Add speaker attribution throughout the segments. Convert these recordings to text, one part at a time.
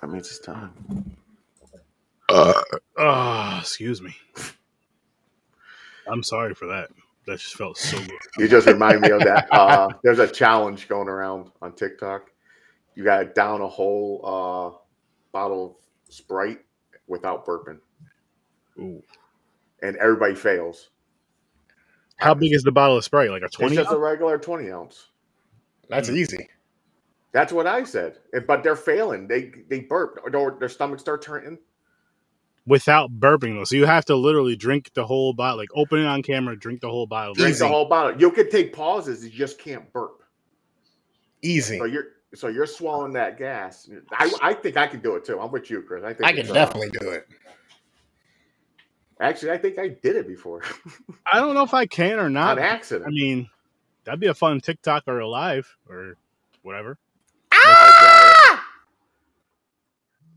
Speaker 1: That means it's time.
Speaker 2: Uh, ah, excuse me. I'm sorry for that. That just felt so good.
Speaker 1: You just remind me of that. Uh, there's a challenge going around on TikTok. You got to down a whole uh, bottle of Sprite without burping,
Speaker 2: Ooh.
Speaker 1: and everybody fails.
Speaker 2: How big is the bottle of Sprite? Like a 20?
Speaker 1: It's just a regular 20 ounce. Mm.
Speaker 3: That's
Speaker 2: Hmm.
Speaker 3: easy.
Speaker 1: That's what I said. If- But they're failing. They they burp or their- their stomachs start turning.
Speaker 2: Without burping, though. So you have to literally drink the whole bottle, like open it on camera, drink the whole bottle.
Speaker 1: Drink
Speaker 3: Easy.
Speaker 1: the whole bottle. You can take pauses. You just can't burp.
Speaker 3: Easy.
Speaker 1: So you're so you're swallowing that gas. I, I think I can do it too. I'm with you, Chris. I think
Speaker 3: I can
Speaker 1: it's, uh,
Speaker 3: definitely do it.
Speaker 1: Actually, I think I did it before
Speaker 2: I don't know if I can or not.
Speaker 1: on accident.
Speaker 2: I mean, that'd be a fun TikTok or a live or whatever.
Speaker 3: Ah!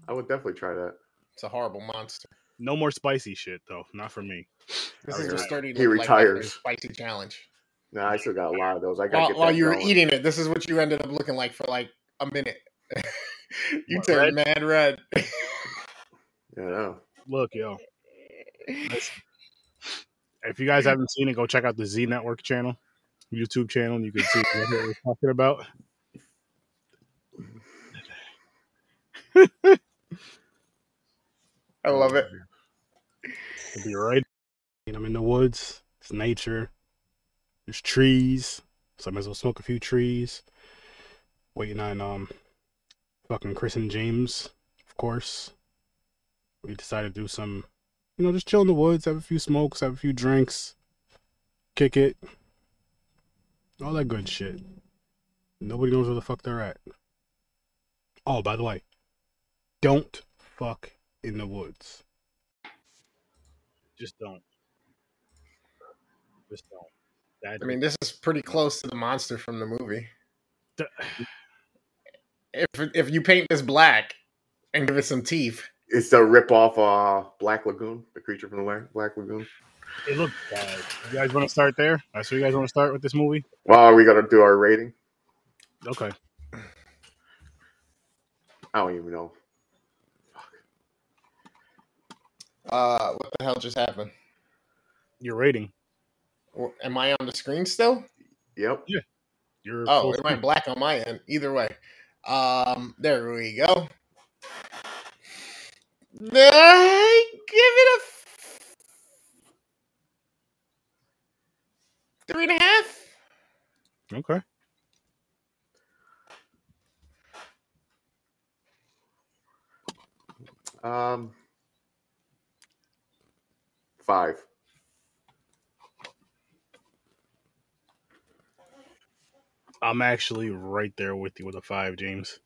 Speaker 1: I would definitely try that.
Speaker 3: It's a horrible monster.
Speaker 2: No more spicy shit, though. Not for me.
Speaker 3: This
Speaker 1: Oh,
Speaker 3: is
Speaker 1: yeah.
Speaker 3: just starting to
Speaker 1: He
Speaker 3: look like
Speaker 1: retires.
Speaker 3: a spicy challenge.
Speaker 1: No, I still got a lot of those. I got
Speaker 3: While,
Speaker 1: get
Speaker 3: while
Speaker 1: that
Speaker 3: you were
Speaker 1: going.
Speaker 3: eating it, this is what you ended up looking like for like a minute. you
Speaker 2: What,
Speaker 3: turned mad red.
Speaker 1: You know,
Speaker 2: Look, yo. If you guys haven't seen it, go check out the Z Network channel, YouTube channel, and you can see what we're talking about.
Speaker 3: I love it.
Speaker 2: It'd be right. And I'm in the woods. It's nature. There's trees. So I might as well smoke a few trees. Waiting on um fucking Chris and James, of course. We decided to do some you know, just chill in the woods, have a few smokes, have a few drinks, kick it. All that good shit. Nobody knows where the fuck they're at. Oh, by the way, don't fuck in the woods. Just don't. Just don't. That
Speaker 3: I mean, this is pretty close to the monster from the movie.
Speaker 2: The-
Speaker 3: If if you paint this black and give it some teeth,
Speaker 1: it's the rip off uh, Black Lagoon, the creature from the La- Black Lagoon.
Speaker 2: it looked bad. You guys want to start there? That's where you guys want to start with this movie?
Speaker 1: Well, are we gonna do our rating?
Speaker 2: Okay.
Speaker 1: I don't even know.
Speaker 3: uh, what the hell just happened?
Speaker 2: Your rating.
Speaker 3: Wh- Am I on the screen still?
Speaker 1: Yep.
Speaker 2: Your
Speaker 3: Oh,
Speaker 2: full
Speaker 3: it
Speaker 2: screen.
Speaker 3: went black on my end. Either way, um, there we go. I give it a f- three and a half.
Speaker 2: Okay.
Speaker 1: Um, five.
Speaker 2: I'm actually right there with you with a five, James.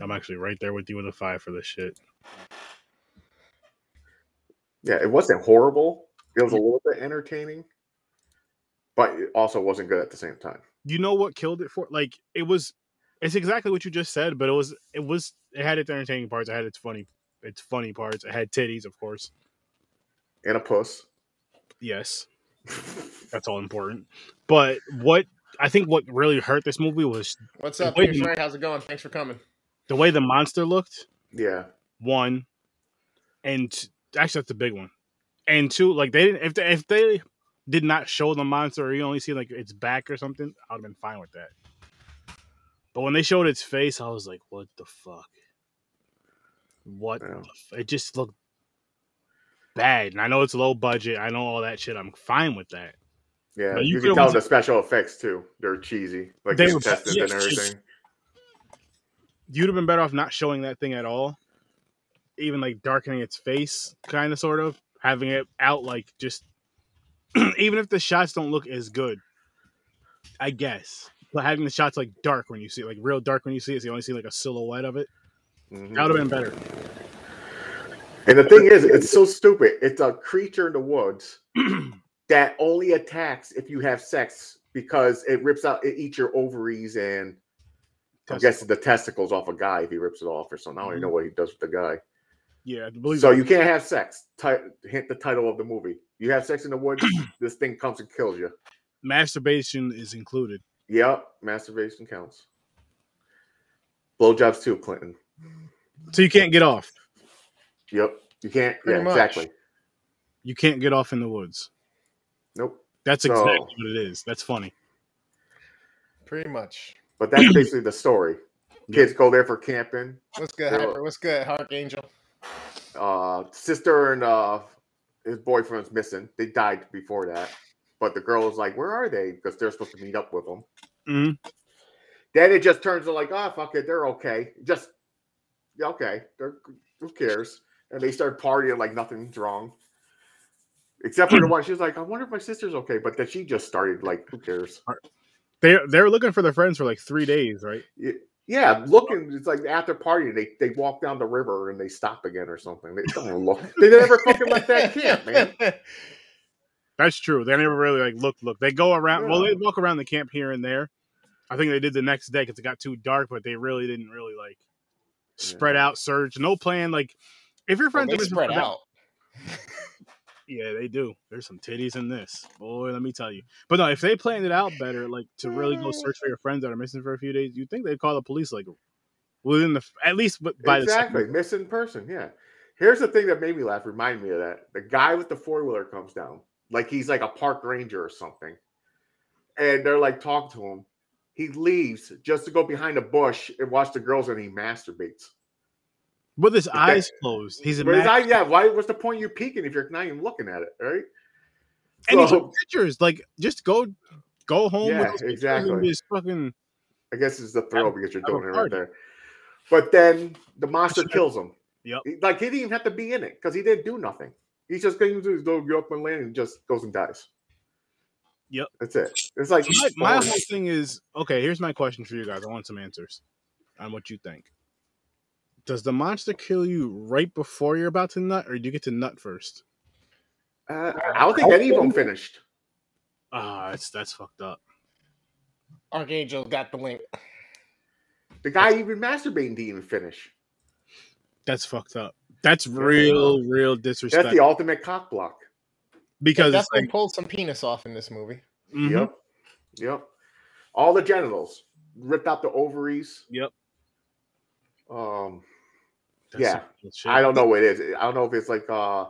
Speaker 2: I'm actually right there with you with a five for this shit.
Speaker 1: Yeah, it wasn't horrible. It was a little bit entertaining, but it also wasn't good at the same time.
Speaker 2: You know what killed it for? Like it was, it's exactly what you just said, but it was, it was, it had its entertaining parts. It had its funny, its funny parts. It had titties, of course.
Speaker 1: And a puss.
Speaker 2: Yes, that's all important. But what I think what really hurt this movie was
Speaker 3: What's up,
Speaker 2: Wait a
Speaker 3: Pierce
Speaker 2: minute.
Speaker 3: Ray? How's it going? Thanks for coming.
Speaker 2: the way the monster looked.
Speaker 1: Yeah.
Speaker 2: one, and t- actually that's a big one, and two. Like they didn't if they, if they did not show the monster, or you only see like its back or something, I'd have been fine with that. But when they showed its face, I was like, "What the fuck? What?
Speaker 1: Yeah.
Speaker 2: The f-? It just looked bad." And I know it's low budget. I know all that shit. I'm fine with that.
Speaker 1: Yeah,
Speaker 2: But you
Speaker 1: you, can
Speaker 2: could've
Speaker 1: tell
Speaker 2: went
Speaker 1: the special effects too. They're cheesy, like
Speaker 2: They
Speaker 1: the
Speaker 2: were-
Speaker 1: intestines
Speaker 2: yeah,
Speaker 1: and
Speaker 2: just-
Speaker 1: everything.
Speaker 2: You'd have been better off not showing that thing at all. Even like darkening its face, kind of, sort of having it out, like just even if the shots don't look as good, I guess. But having the shots like dark when you see it, like real dark when you see it, so you only see like a silhouette of it.
Speaker 1: Mhm.
Speaker 2: That would have been better.
Speaker 1: And the thing is, it's so stupid. It's a creature in the woods that only attacks if you have sex because it rips out, it eats your ovaries and I guess the testicles off a guy if he rips it off or something. I
Speaker 2: Mm-hmm.
Speaker 1: don't even know what he does with the guy.
Speaker 2: Yeah, I believe
Speaker 1: So
Speaker 2: it.
Speaker 1: you can't have sex. Ti- hint the title of the movie. You have sex in the woods, this thing comes and kills you.
Speaker 2: masturbation is included.
Speaker 1: Yep, masturbation counts. Blowjobs too, Clinton.
Speaker 2: So you can't get off.
Speaker 1: Yep. You can't.
Speaker 3: Pretty
Speaker 1: yeah,
Speaker 3: much.
Speaker 1: exactly.
Speaker 2: You can't get off in the woods.
Speaker 1: Nope.
Speaker 2: That's
Speaker 1: No.
Speaker 2: exactly what it is. That's funny.
Speaker 3: Pretty much.
Speaker 1: But that's basically the story. Kids go there for camping.
Speaker 3: What's good,
Speaker 1: Yeah.
Speaker 3: Hyper? What's good, Archangel?
Speaker 1: Uh, sister and uh, his boyfriend's missing. They died before that. But the girl is like, "Where are they?" Because they're supposed to meet up with them.
Speaker 2: Mhm.
Speaker 1: Then it just turns to like, "Ah, fuck it, they're okay. Just yeah, okay. They're who cares?" And they start partying like nothing's wrong. Except for the one, she's like, "I wonder if my sister's okay." But then she just started like, "Who cares?"
Speaker 2: They they're looking for their friends for like three days, right?
Speaker 1: Yeah, looking, it's like after partying, they they walk down the river and they stop again or something. They don't look. They never fucking left that camp, man.
Speaker 2: That's true. They never really like look look. They go around. Well,
Speaker 1: Yeah.
Speaker 2: they walk around the camp here and there. I think they did the next day because it got too dark, but they really didn't really like spread out, surge. No plan. Like if your
Speaker 3: Well,
Speaker 2: friends
Speaker 3: they
Speaker 2: ever just
Speaker 3: spread
Speaker 2: spread
Speaker 3: out.
Speaker 2: yeah, they do. There's some titties in this, boy. Let me tell you. But no, if they planned it out better, like to really go search for your friends that are missing for a few days, you think they'd call the police like within the at least b- by the
Speaker 1: exactly
Speaker 2: second.
Speaker 1: missing person. Yeah. Here's the thing that made me laugh. Remind me of that. The guy with the four wheeler comes down, like he's like a park ranger or something, and they're like talking to him. He leaves just to go behind a bush and watch the girls, and he masturbates.
Speaker 2: with his eyes closed. He's a
Speaker 1: But his
Speaker 2: man.
Speaker 1: eye, yeah, why? What's the point of you peeking if you're not even looking at it, right?
Speaker 2: and he's
Speaker 1: So-
Speaker 2: took pictures. Like just go go home.
Speaker 1: Yeah,
Speaker 2: those pictures and
Speaker 1: exactly.
Speaker 2: Just fucking
Speaker 1: I guess it's the thrill because you're
Speaker 2: have a
Speaker 1: doing it right
Speaker 2: party.
Speaker 1: there. But then the monster
Speaker 2: That's right.
Speaker 1: kills him.
Speaker 2: Yep.
Speaker 1: He- Like he didn't even have to be in it because he didn't do nothing. He just came to his little up and land and just goes and dies.
Speaker 2: Yep.
Speaker 1: That's it. It's like
Speaker 2: my, my
Speaker 1: oh,
Speaker 2: whole thing is okay. Here's my question for you guys. I want some answers on what you think. Does the monster kill you right before you're about to nut, or do you get to nut first?
Speaker 1: uh, I don't think any of them finished.
Speaker 2: Ah, that's that's fucked up.
Speaker 3: Archangel got the link.
Speaker 1: The guy even masturbating didn't even finish.
Speaker 2: That's fucked up. That's real, real
Speaker 1: That's
Speaker 2: disrespect.
Speaker 1: the ultimate cock block.
Speaker 3: They
Speaker 2: because it's
Speaker 3: definitely
Speaker 2: like,
Speaker 3: pulled some penis off in this movie.
Speaker 2: mhm.
Speaker 1: Yep. Yep. All the genitals ripped out the ovaries.
Speaker 2: Yep.
Speaker 1: Um,
Speaker 2: That's
Speaker 1: Yeah.
Speaker 2: some real shit.
Speaker 1: I don't know what it is. I don't know if it's like uh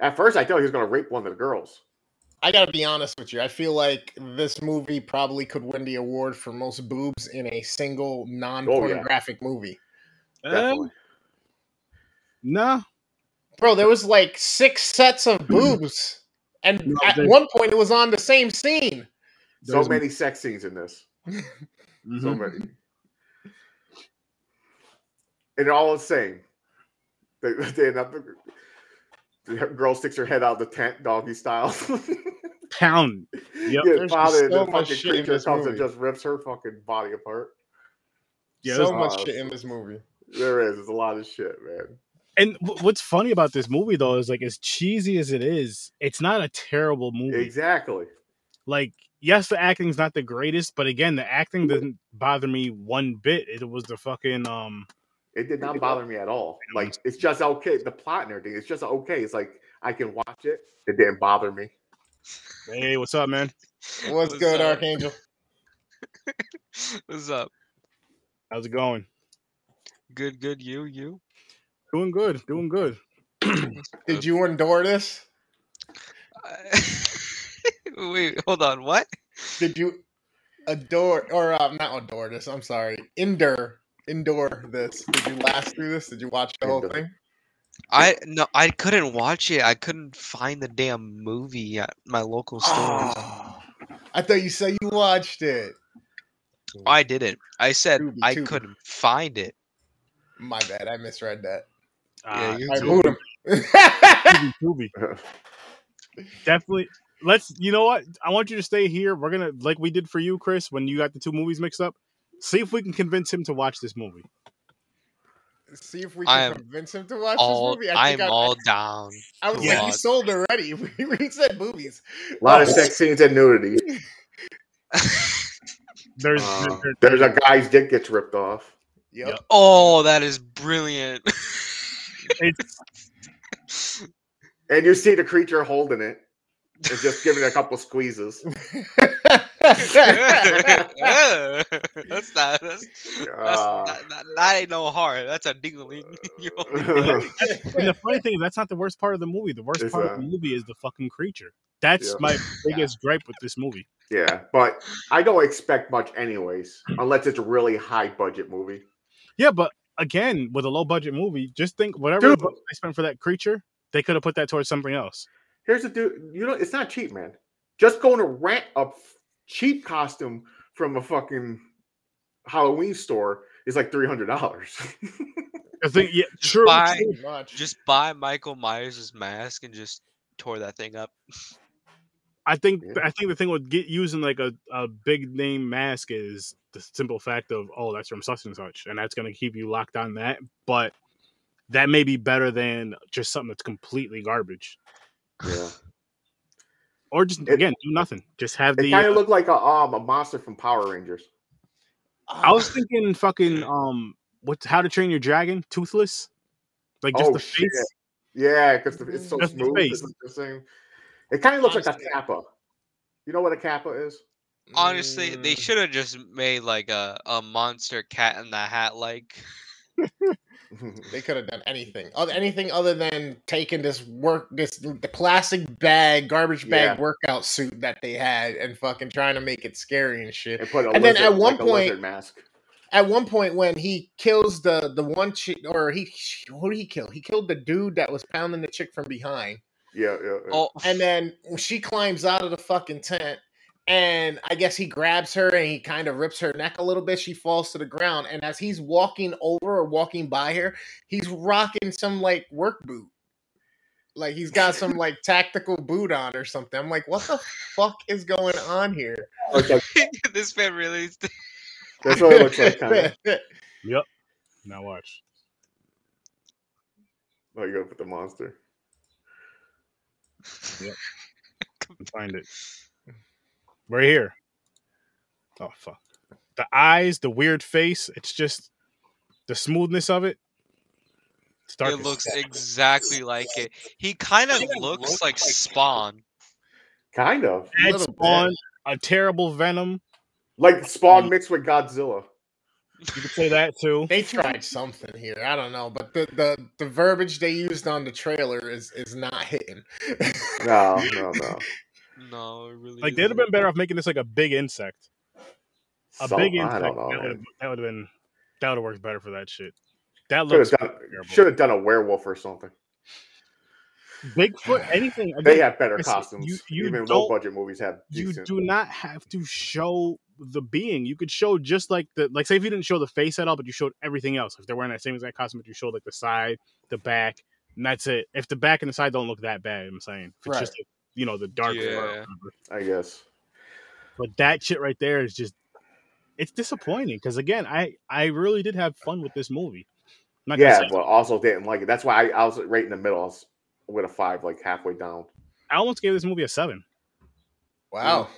Speaker 1: at first I thought he was gonna rape one of the girls.
Speaker 3: I gotta be honest with you. I feel like this movie probably could win the award for most boobs in a single
Speaker 2: Oh,
Speaker 3: non-pornographic movie.
Speaker 2: Eh,
Speaker 1: Definitely.
Speaker 2: nah,
Speaker 3: Bro, there was like six sets of boobs, and
Speaker 2: No,
Speaker 3: at
Speaker 2: they-
Speaker 3: one point it was on the same scene.
Speaker 1: so
Speaker 2: there's-
Speaker 1: many sex scenes in this.
Speaker 2: mhm.
Speaker 1: So many. And they're all the same. They, they end up, the girl sticks her head out of the tent, doggy style.
Speaker 2: pound.
Speaker 1: Yeah,
Speaker 3: There's
Speaker 1: father, and
Speaker 3: so
Speaker 1: the
Speaker 3: much
Speaker 1: fucking
Speaker 3: shit in
Speaker 1: creature
Speaker 3: this
Speaker 1: comes and
Speaker 3: movie.
Speaker 1: just rips her fucking body apart.
Speaker 2: Yeah,
Speaker 3: so
Speaker 2: there's-
Speaker 3: much
Speaker 1: uh,
Speaker 3: shit in this movie.
Speaker 1: There is. There's a lot of shit, man.
Speaker 2: and wh- what's funny about this movie though is like as cheesy as it is, it's not a terrible
Speaker 3: Mm.
Speaker 2: movie.
Speaker 1: Exactly.
Speaker 2: like yes the acting's not the greatest but again the acting didn't bother me one bit it was the fucking um
Speaker 1: It did not bother me at all. Like it's just okay. The plot and everything. It's just okay. It's like I can watch it. It didn't bother me.
Speaker 2: hey what's up man
Speaker 3: What's, good,
Speaker 4: up?
Speaker 3: Archangel?
Speaker 4: What's up?
Speaker 2: how's it going
Speaker 4: Good, good. You, you.
Speaker 2: doing good doing good
Speaker 3: Did you endure this?
Speaker 4: Wait, hold on. What?
Speaker 3: Did you adore or uh, not adore this? I'm sorry, endure, endure this. Did you last through this? Did you watch the whole
Speaker 1: Endure.
Speaker 3: thing?
Speaker 4: I no, I couldn't watch it. I couldn't find the damn movie at my local store.
Speaker 3: Ah. I thought you said you watched it.
Speaker 4: I didn't. I said
Speaker 3: Tubi,
Speaker 4: I
Speaker 3: Tubi.
Speaker 4: couldn't find it.
Speaker 3: My bad, I misread that.
Speaker 4: Yeah,
Speaker 2: Ah,
Speaker 4: you
Speaker 3: I
Speaker 4: too.
Speaker 3: booed him.
Speaker 2: Tubi, Tubi. definitely let's you know what i want you to stay here we're gonna like we did for you chris when you got the two movies mixed up see if we can convince him to watch this movie
Speaker 3: See if we
Speaker 4: I
Speaker 3: can
Speaker 4: am
Speaker 3: convince him to watch
Speaker 4: all
Speaker 3: this movie. I
Speaker 4: I'm
Speaker 3: think I,
Speaker 4: all down.
Speaker 3: I was like, you
Speaker 4: God.
Speaker 3: sold already. We already said movies.
Speaker 1: A lot of sex scenes and nudity.
Speaker 2: there's
Speaker 1: Uh,
Speaker 2: there-
Speaker 1: there's a guy's dick gets ripped off.
Speaker 3: Yep.
Speaker 2: Yep.
Speaker 4: oh, that is brilliant.
Speaker 2: it's
Speaker 1: And you see the creature holding it and just giving it a couple squeezes.
Speaker 4: that's not. That's, that's
Speaker 1: Ah.
Speaker 4: not, not- that ain't no hard. That's a dingling. You
Speaker 3: Uh,
Speaker 4: only get it.
Speaker 2: And the funny thing is, that's not the worst part of the movie. The worst
Speaker 1: It's,
Speaker 2: part
Speaker 1: uh,
Speaker 2: of the movie is the fucking creature. That's
Speaker 1: Yeah.
Speaker 2: my biggest gripe with this movie.
Speaker 1: yeah, but I don't expect much, anyways, unless it's a really high budget movie.
Speaker 2: Yeah, but again, with a low budget movie, just think whatever
Speaker 1: Dude,
Speaker 2: budget they spent for that creature, they could have put that towards something else.
Speaker 1: Here's the dude. You know, it's not cheap, man. Just going to rent a f- cheap costume from a fucking Halloween store is like three hundred dollars.
Speaker 2: 'Cause they- yeah, true.
Speaker 4: buy-
Speaker 2: true.
Speaker 3: Pretty much.
Speaker 4: Just buy Michael Myers' mask and just tore that thing up.
Speaker 2: I think
Speaker 1: Yeah.
Speaker 2: I think the thing with get using like a, a big name mask is the simple fact of oh that's from such and such, and that's gonna keep you locked on that. But that may be better than just something that's completely garbage,
Speaker 1: yeah.
Speaker 2: or just
Speaker 1: It-
Speaker 2: again do nothing. Just have
Speaker 1: It
Speaker 2: the.
Speaker 1: kind
Speaker 2: uh,
Speaker 1: of looked like a um a monster from Power Rangers.
Speaker 2: I was thinking fucking um what How to Train Your Dragon Toothless, like just
Speaker 1: Oh,
Speaker 2: the
Speaker 1: shit.
Speaker 2: face.
Speaker 1: Yeah, because it's so
Speaker 2: Just the
Speaker 1: smooth.
Speaker 2: face.
Speaker 1: It's the same. It kind of looks like a
Speaker 3: Honestly.
Speaker 1: kappa. You know what a kappa is?
Speaker 4: Honestly, they
Speaker 3: Mm,
Speaker 4: should have just made like a, a monster cat in the hat like.
Speaker 3: They could have done anything, other, anything other than taking this work, this the plastic bag, garbage bag
Speaker 1: Yeah.
Speaker 3: workout suit that they had, and fucking trying to make it scary and shit.
Speaker 1: and put a
Speaker 3: And then
Speaker 1: lizard,
Speaker 3: at one
Speaker 1: like a
Speaker 3: point-
Speaker 1: lizard mask.
Speaker 3: At one point, when he kills the the one chick, or he who did he kill? He killed the dude that was pounding the chick from behind.
Speaker 1: Yeah, yeah. yeah.
Speaker 4: Oh,
Speaker 3: And then she climbs out of the fucking tent, and I guess he grabs her and he kind of rips her neck a little bit. She falls to the ground, and as he's walking over or walking by her, he's rocking some like work boot. Like he's got some like tactical boot on or something. I'm like, what the fuck is going on here?
Speaker 1: It's like-
Speaker 4: this man really. is-
Speaker 1: that's what it looks like. Kind of.
Speaker 2: Now watch.
Speaker 1: Oh, you go with the monster.
Speaker 2: Find it. Right here. Oh fuck. The eyes, the weird face. It's just the smoothness of it. It's dark
Speaker 4: It
Speaker 2: as
Speaker 4: looks
Speaker 2: fuck.
Speaker 4: exactly like it. He kind of looks like Spawn.
Speaker 1: Kind of
Speaker 3: a
Speaker 2: Add
Speaker 3: little bit.
Speaker 2: Spawn, a terrible Venom.
Speaker 1: like
Speaker 3: Mm.
Speaker 1: Spawn mixed with Godzilla.
Speaker 2: You could say that too.
Speaker 3: They tried something here. I don't know, but the the, the verbiage they used on the trailer is is not hitting.
Speaker 1: No, no, no.
Speaker 4: No, it really.
Speaker 2: Like they'd have
Speaker 4: isn't.
Speaker 2: been better off making this like a big insect. A
Speaker 1: So,
Speaker 2: big
Speaker 1: I
Speaker 2: insect.
Speaker 1: don't know.
Speaker 2: that would have
Speaker 1: man.
Speaker 2: that would have been that would have worked better for that shit. That
Speaker 1: Should
Speaker 2: looks
Speaker 1: have done.
Speaker 2: terrible.
Speaker 1: Should have done a werewolf or something.
Speaker 2: Bigfoot, anything.
Speaker 1: They
Speaker 2: Again,
Speaker 1: have better
Speaker 2: Listen,
Speaker 1: costumes.
Speaker 2: you- you
Speaker 1: Even
Speaker 2: don't-
Speaker 1: low budget movies have
Speaker 2: you
Speaker 1: decent.
Speaker 2: do not have to show the being. You could show just like the like say if you didn't show the face at all, but you showed everything else. If they're wearing that same exact costume, but you showed like the side, the back, and that's it. If the back and the side don't look that bad, I'm saying if it's
Speaker 3: Right.
Speaker 2: just like, you know the dark. fur or
Speaker 4: Yeah.
Speaker 2: whatever.
Speaker 1: I guess.
Speaker 2: But that shit right there is just it's disappointing because again, I I really did have fun with this movie. I'm not gonna
Speaker 1: yeah,
Speaker 2: say-
Speaker 1: but also didn't like it. That's why I, I was right in the middle. I was with a five, like halfway down.
Speaker 2: I almost gave this movie a seven,
Speaker 1: Mm.
Speaker 3: Wow.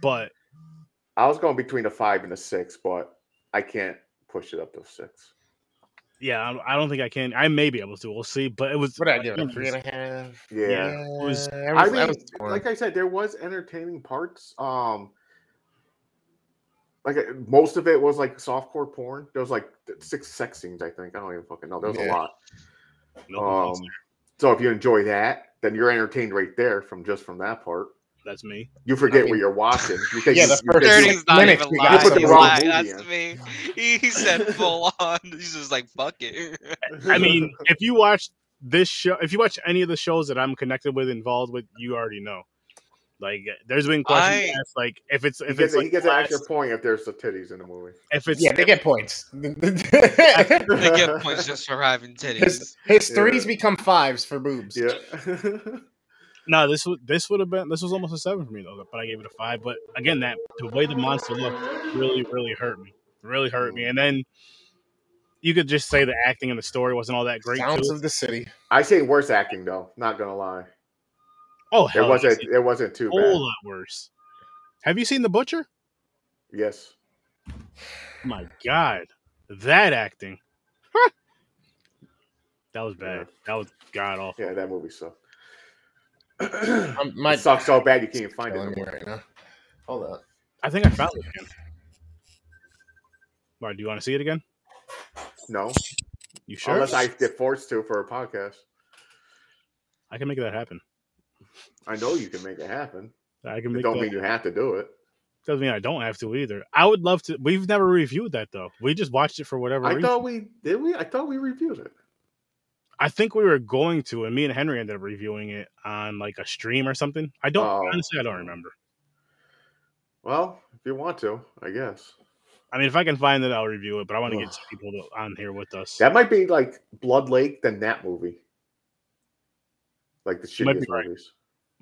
Speaker 2: but
Speaker 1: I was going between a five and a six, but I can't push it up to six.
Speaker 2: yeah, I, I don't think I can. I may be able to. We'll see. But it was
Speaker 3: What did I give it? A
Speaker 2: again,
Speaker 3: three and a half.
Speaker 1: Mm. Yeah.
Speaker 2: was-
Speaker 3: I
Speaker 1: I
Speaker 3: was- I
Speaker 1: mean,
Speaker 3: was torn.
Speaker 1: like I said, there was entertaining parts. Um, like uh, most of it was like softcore porn. There was like th- six sex scenes, I think. I don't even fucking know. There was
Speaker 3: Yeah.
Speaker 1: a lot.
Speaker 2: nothing
Speaker 1: Um,
Speaker 2: else.
Speaker 1: so if you enjoy that, then you're entertained right there from just from that part.
Speaker 2: that's me.
Speaker 1: You forget
Speaker 3: mean-
Speaker 1: what you're watching. You think
Speaker 3: Yeah,
Speaker 1: you,
Speaker 3: the
Speaker 1: you
Speaker 3: first
Speaker 1: think you-
Speaker 4: 30's not
Speaker 3: minutes
Speaker 4: even
Speaker 3: we got
Speaker 4: lying.
Speaker 1: put the
Speaker 4: He's
Speaker 1: wrong
Speaker 4: lying.
Speaker 1: movie
Speaker 4: That's me. He, he said full on. He's just like, fuck it.
Speaker 2: I mean, if you watch this show, if you watch any of the shows that I'm connected with, involved with, you already know. Like, there's been questions
Speaker 4: I-
Speaker 2: asked, like if it's
Speaker 1: he
Speaker 2: if
Speaker 1: gets,
Speaker 2: it's
Speaker 1: a-
Speaker 2: like
Speaker 1: he gets an extra
Speaker 2: last-
Speaker 1: point if there's the titties in the movie.
Speaker 2: if it's
Speaker 3: yeah, they get points.
Speaker 4: They get points just for having titties.
Speaker 3: his his
Speaker 1: Yeah.
Speaker 3: threes become fives for boobs.
Speaker 1: yeah.
Speaker 2: no, this would this would have been this was almost a seven for me though, but I gave it a five. But again, that the way the monster looked really really hurt me, really hurt me. And then you could just say the acting and the story wasn't all that great.
Speaker 3: Sounds
Speaker 2: Too.
Speaker 3: of the city.
Speaker 1: I say worse acting though. Not gonna lie,
Speaker 2: Oh,
Speaker 1: it
Speaker 2: hell,
Speaker 1: wasn't.
Speaker 2: it's
Speaker 1: It wasn't too
Speaker 2: a
Speaker 1: bad.
Speaker 2: whole lot worse. Have you seen the butcher?
Speaker 1: Yes.
Speaker 2: My God, that acting. that was bad. That was god awful.
Speaker 1: Yeah, that movie sucked.
Speaker 3: Um, my
Speaker 1: it sucked so bad you can't even find
Speaker 3: killing
Speaker 1: it.
Speaker 3: me right now. Hold up.
Speaker 2: I think I found it again. All right, do you want to see it again?
Speaker 1: No,
Speaker 2: You sure?
Speaker 1: unless I get forced to for a podcast.
Speaker 2: I can make that happen.
Speaker 1: I know you can make it happen.
Speaker 2: I can
Speaker 1: It
Speaker 2: make
Speaker 1: don't
Speaker 2: that.
Speaker 1: mean you have to do it.
Speaker 2: Doesn't mean I don't have to either. I would love to. We've never reviewed that though. We just watched it for whatever
Speaker 1: I
Speaker 2: reason.
Speaker 1: thought we did. We I thought we reviewed it.
Speaker 2: I think we were going to, and me and Henry ended up reviewing it on like a stream or something. I don't
Speaker 1: Oh.
Speaker 2: honestly. I don't remember.
Speaker 1: Well, if you want to, I guess
Speaker 2: I mean, if I can find it, I'll review it. But I want to
Speaker 1: Ugh.
Speaker 2: get some people to- on here with us.
Speaker 1: that might be like Blood Lake than that movie, like the
Speaker 2: Might be
Speaker 1: shittiest
Speaker 2: right.
Speaker 1: movies.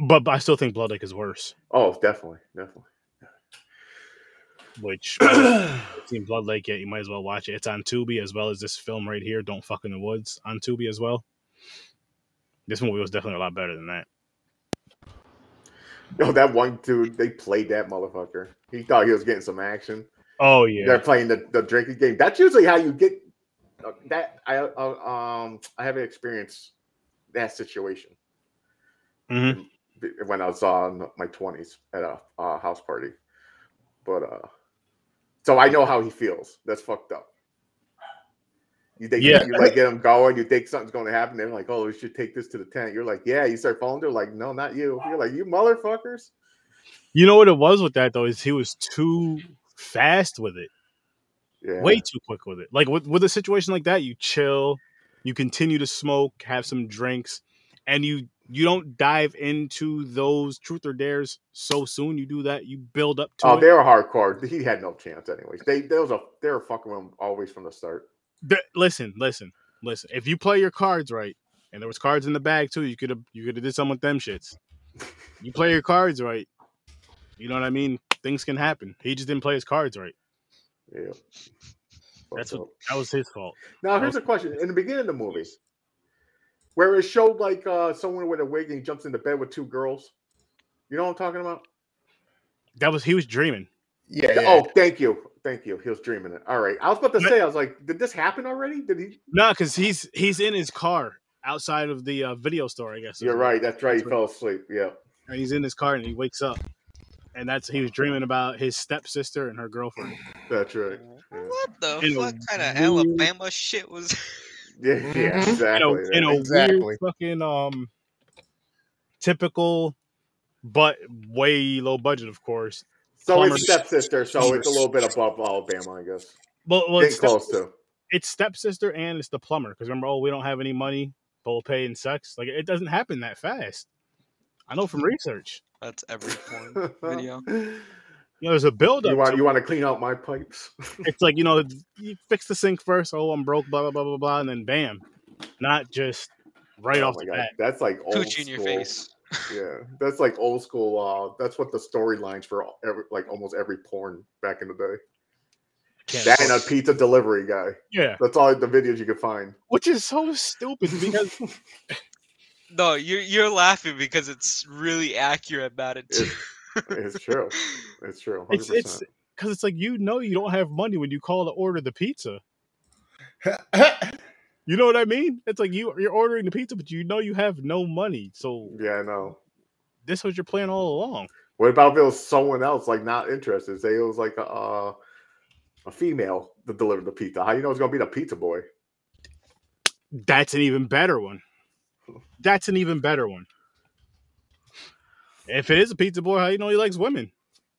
Speaker 2: But, but I still think Blood Lake is worse.
Speaker 1: Oh, definitely, definitely.
Speaker 2: Which if you haven't seen Blood Lake yet? You might as well watch it. It's on Tubi as well as this film right here. Don't fuck in the woods on Tubi as well. This movie was definitely a lot better than that.
Speaker 1: Yo, Oh, that one dude, they played that motherfucker. He thought he was getting some action.
Speaker 2: Oh yeah,
Speaker 1: They're playing the, the drinking game. That's usually how you get uh, that. I uh, um I haven't experienced that situation
Speaker 2: Mhm.
Speaker 1: b- when I was on my twenties at a uh, house party, but uh, so I know how he feels. That's fucked up. You think
Speaker 2: Yeah.
Speaker 1: you like get him going, you think something's going to happen. They're like, "Oh, we should take this to the tent." You're like, "Yeah." You start falling. They're like, "No, not you." You're like, "You motherfuckers."
Speaker 2: you know what it was with that though is he was too fast with it.
Speaker 1: Yeah.
Speaker 2: way too quick with it. Like with, with a situation like that, you chill, you continue to smoke, have some drinks, and you you don't dive into those truth or dares so soon. You do that, you build up to
Speaker 1: Oh,
Speaker 2: it.
Speaker 1: they were hardcore. He had no chance, anyways. They they was a they were fucking with him always from the start.
Speaker 2: Th- listen, listen, listen. If you play your cards right, and there was cards in the bag too, you could have you could have did something with them shits. You play your cards right, you know what I mean. Things can happen. He just didn't play his cards right.
Speaker 1: Yeah, Fucked
Speaker 2: That's what-
Speaker 1: up.
Speaker 2: That was his fault.
Speaker 1: Now here's a question: In the beginning of the movie, where it showed like uh someone with a wig and he jumps into bed with two girls, you know what I'm talking about?
Speaker 2: That was he was dreaming.
Speaker 3: Yeah.
Speaker 1: Oh, thank you, thank you. He was dreaming it. All right, I was about to say, I was like, did this happen already? Did he?
Speaker 2: No, because he's he's in his car outside of the uh, video store. I guess is
Speaker 1: You're
Speaker 2: what-
Speaker 1: right. That's right. He
Speaker 2: That's
Speaker 1: fell asleep. Yeah.
Speaker 2: And he's in his car and he wakes up, and that's he was dreaming about his stepsister and her girlfriend.
Speaker 1: That's right.
Speaker 2: Mm-hmm.
Speaker 1: Yeah.
Speaker 4: What the
Speaker 2: In a
Speaker 4: fuck kind of
Speaker 2: weird-
Speaker 4: Alabama shit was?
Speaker 1: Yeah,
Speaker 3: Mhm.
Speaker 2: Mm-hmm.
Speaker 1: yeah,
Speaker 2: In a,
Speaker 1: exactly.
Speaker 2: in a weird
Speaker 3: Exactly.
Speaker 2: fucking um, typical, but way low budget, of course.
Speaker 1: so
Speaker 2: plumber-
Speaker 1: it's stepsister, so it's a little bit above Alabama, I guess.
Speaker 2: Well, well
Speaker 1: Getting
Speaker 2: it's,
Speaker 1: close
Speaker 2: step-
Speaker 1: to.
Speaker 2: it's stepsister and it's the plumber. Because remember, oh, we don't have any money, both pay and sex. Like it doesn't happen that fast. I know from research.
Speaker 4: That's every porn video.
Speaker 2: You know, there's a build up.
Speaker 1: You want you want to clean out my pipes?
Speaker 2: it's like you know you fix the sink first oh i'm broke blah blah blah blah blah and then bam not just right
Speaker 1: Oh
Speaker 2: off
Speaker 1: my
Speaker 2: the
Speaker 1: God,
Speaker 2: bat
Speaker 1: That's like old
Speaker 4: Coochie in your
Speaker 1: school-
Speaker 4: face.
Speaker 1: Yeah, that's like old school. Uh, that's what the storylines for all- every, like almost every porn back in the day.
Speaker 2: Can't
Speaker 1: That and a
Speaker 2: afford-
Speaker 1: pizza delivery guy.
Speaker 2: yeah
Speaker 1: That's all the videos you could find.
Speaker 2: which is so stupid because
Speaker 4: No, you're you're laughing because it's really accurate about it too.
Speaker 1: It's true. It's true.
Speaker 2: it's
Speaker 1: 100%.
Speaker 2: it's because it's like you know you don't have money when you call to order the pizza you know what i mean it's like you you're ordering the pizza but you know you have no money so
Speaker 1: yeah, I know.
Speaker 2: this was your plan all along
Speaker 1: What about if it was someone else like not interested? Say it was like a uh, a female that delivered the pizza. How you know it's gonna be the pizza boy?
Speaker 2: that's an even better one that's an even better one if it is a pizza boy how you know he likes women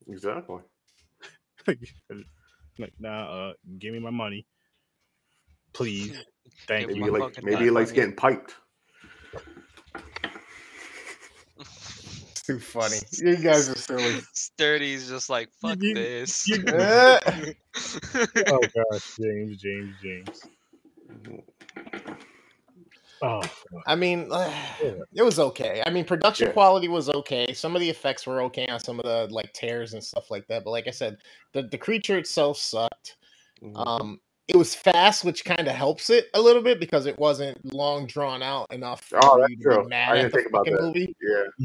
Speaker 1: Exactly.
Speaker 2: like, nah, uh, give me my money, please. Thank
Speaker 4: Give
Speaker 1: Maybe he
Speaker 4: my
Speaker 2: you.
Speaker 1: like
Speaker 4: fucking
Speaker 1: maybe
Speaker 4: life
Speaker 1: he likes
Speaker 4: money.
Speaker 1: getting piped.
Speaker 3: It's too funny. You guys are silly.
Speaker 4: Sturdy's just like fuck
Speaker 2: you-
Speaker 4: this.
Speaker 2: you-
Speaker 3: Eh.
Speaker 2: oh gosh, James, James, James.
Speaker 1: Mm-hmm.
Speaker 2: Oh, God.
Speaker 3: I mean, it was okay. I mean, production
Speaker 1: Yeah.
Speaker 3: quality was okay. Some of the effects were okay on some of the like tears and stuff like that. But like I said, the, the creature itself sucked.
Speaker 1: Mm-hmm.
Speaker 3: Um, it was fast, which kind of helps it a little bit because it wasn't long drawn out enough. for
Speaker 1: Oh, that's
Speaker 3: you to be
Speaker 1: true.
Speaker 3: mad
Speaker 1: I
Speaker 3: at
Speaker 1: didn't
Speaker 3: the
Speaker 1: think about
Speaker 3: fucking
Speaker 1: that.
Speaker 3: movie.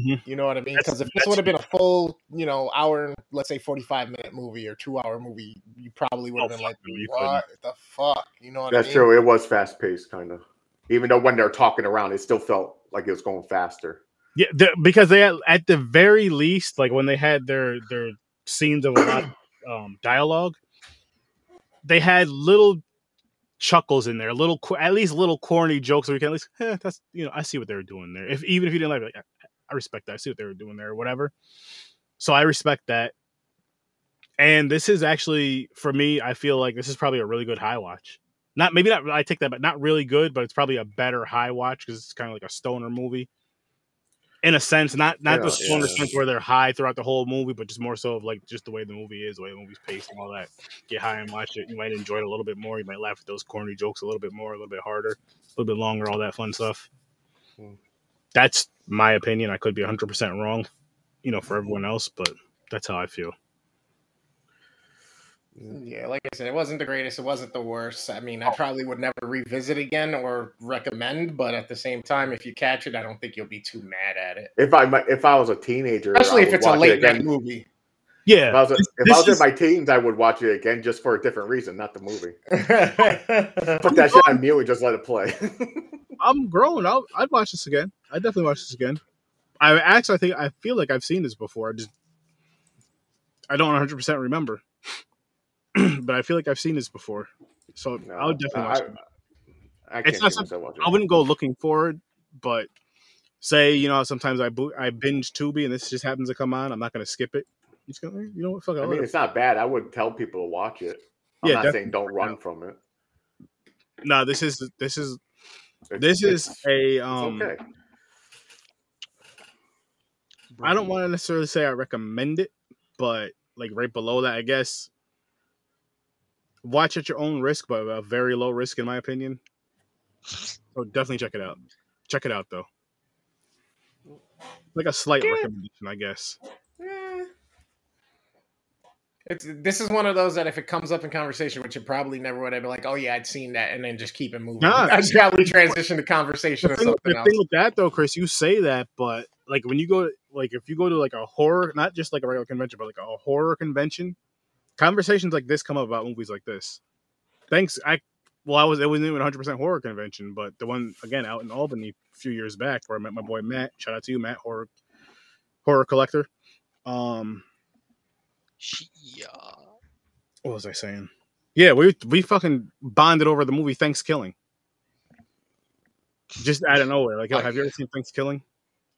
Speaker 1: yeah.
Speaker 3: You know what I mean?
Speaker 2: That's-
Speaker 3: Because if this
Speaker 2: that's-
Speaker 3: would have been a full, you know, hour, and let's say forty-five minute movie or two-hour movie, you probably would
Speaker 2: Oh,
Speaker 3: have been
Speaker 2: fuck
Speaker 3: like,
Speaker 2: no, you couldn't.
Speaker 3: "What the fuck?" You know what
Speaker 1: That's
Speaker 3: I mean?
Speaker 1: true. It was fast paced, kind of. Even though when they're talking around, it still felt like it was going faster.
Speaker 2: yeah, the- because they had, at the very least, like when they had their their scenes of a lot of um, dialogue, they had little chuckles in there, little qu- at least little corny jokes where you can at least eh, that's you know I see what they were doing there. If even if you didn't like it, like, I, I respect that. I see what they were doing there, or whatever. So I respect that. And this is actually for me. I feel like this is probably a really good high watch. Not maybe not. I take that, but not really good. But it's probably a better high watch because it's kind of like a stoner movie, in a sense. Not not the
Speaker 1: Yeah,
Speaker 2: stoner
Speaker 1: yeah.
Speaker 2: sense where they're high throughout the whole movie, but just more so of like just the way the movie is, the way the movie's paced, and all that. Get high and watch it. You might enjoy it a little bit more. You might laugh at those corny jokes a little bit more, a little bit harder, a little bit longer, all that fun stuff.
Speaker 1: Hmm.
Speaker 2: That's my opinion. I could be 100 percent wrong, you know, for everyone else, but that's how I feel.
Speaker 3: Yeah, like I said, it wasn't the greatest. It wasn't the worst. I mean, I probably would never revisit again or recommend, but at the same time, if you catch it, I don't think you'll be too mad at it.
Speaker 1: If I mi- if I was a teenager,
Speaker 3: Especially
Speaker 1: I
Speaker 3: if
Speaker 1: would
Speaker 3: it's a
Speaker 1: watch it
Speaker 3: late
Speaker 1: again.
Speaker 3: night movie.
Speaker 2: Yeah,
Speaker 1: If I was, a, if
Speaker 2: this
Speaker 1: I was
Speaker 2: is-
Speaker 1: in my teens, I would watch it again just for a different reason, not the movie.
Speaker 3: yeah,
Speaker 1: Put that shit on mute and just let it play.
Speaker 2: I'm grown. I'll, I'd watch this again. I'd definitely watch this again. I actually, I think I feel like I've seen this before. I just, I don't 100 percent remember, but I feel like I've seen this before. So
Speaker 1: No,
Speaker 2: I would definitely.
Speaker 1: I-
Speaker 2: Watch it.
Speaker 1: I
Speaker 2: It's
Speaker 1: can't
Speaker 2: not
Speaker 1: see myself watching.
Speaker 2: I wouldn't go looking for it, but say you know sometimes I bo- I binge Tubi and this just happens to come on. I'm not gonna skip it. You just gonna, you know what? Fuck it.
Speaker 1: I
Speaker 2: I'll
Speaker 1: mean,
Speaker 2: let it-
Speaker 1: it's not bad. I would tell people to watch it. I'm
Speaker 2: Yeah,
Speaker 1: not saying don't
Speaker 2: definitely.
Speaker 1: run from it.
Speaker 2: No, this is this is
Speaker 1: It's-
Speaker 2: this is
Speaker 1: it's-
Speaker 2: a
Speaker 1: it's
Speaker 2: um.
Speaker 1: okay.
Speaker 2: I don't want to necessarily say I recommend it, but like right below that, I guess watch at your own risk, but a very low risk in my opinion. So definitely check it out. Check it out though. Like a slight
Speaker 3: Yeah.
Speaker 2: recommendation, I guess.
Speaker 3: Eh. It's, this is one of those that if it comes up in conversation, which it probably never would, I'd be like, "Oh yeah, I'd seen that," and then just keep it moving.
Speaker 2: Nah.
Speaker 3: I'd probably transition the conversation
Speaker 2: The
Speaker 3: to
Speaker 2: thing,
Speaker 3: something
Speaker 2: the
Speaker 3: else.
Speaker 2: thing with that though, Chris, you say that, but like when you go, like if you go to like a horror, not just like a regular convention, but like a horror convention, conversations like this come up about movies like this. Thanks, I well, I was it wasn't even 100 percent horror convention, but the one again out in Albany a few years back where I met my boy Matt. Shout out to you, Matt, horror horror collector. Um,
Speaker 4: Yeah.
Speaker 2: what was I saying? Yeah, we we fucking bonded over the movie Thanksgiving. Just out of nowhere, like, yo,
Speaker 4: Like-
Speaker 2: have you ever seen Thanksgiving?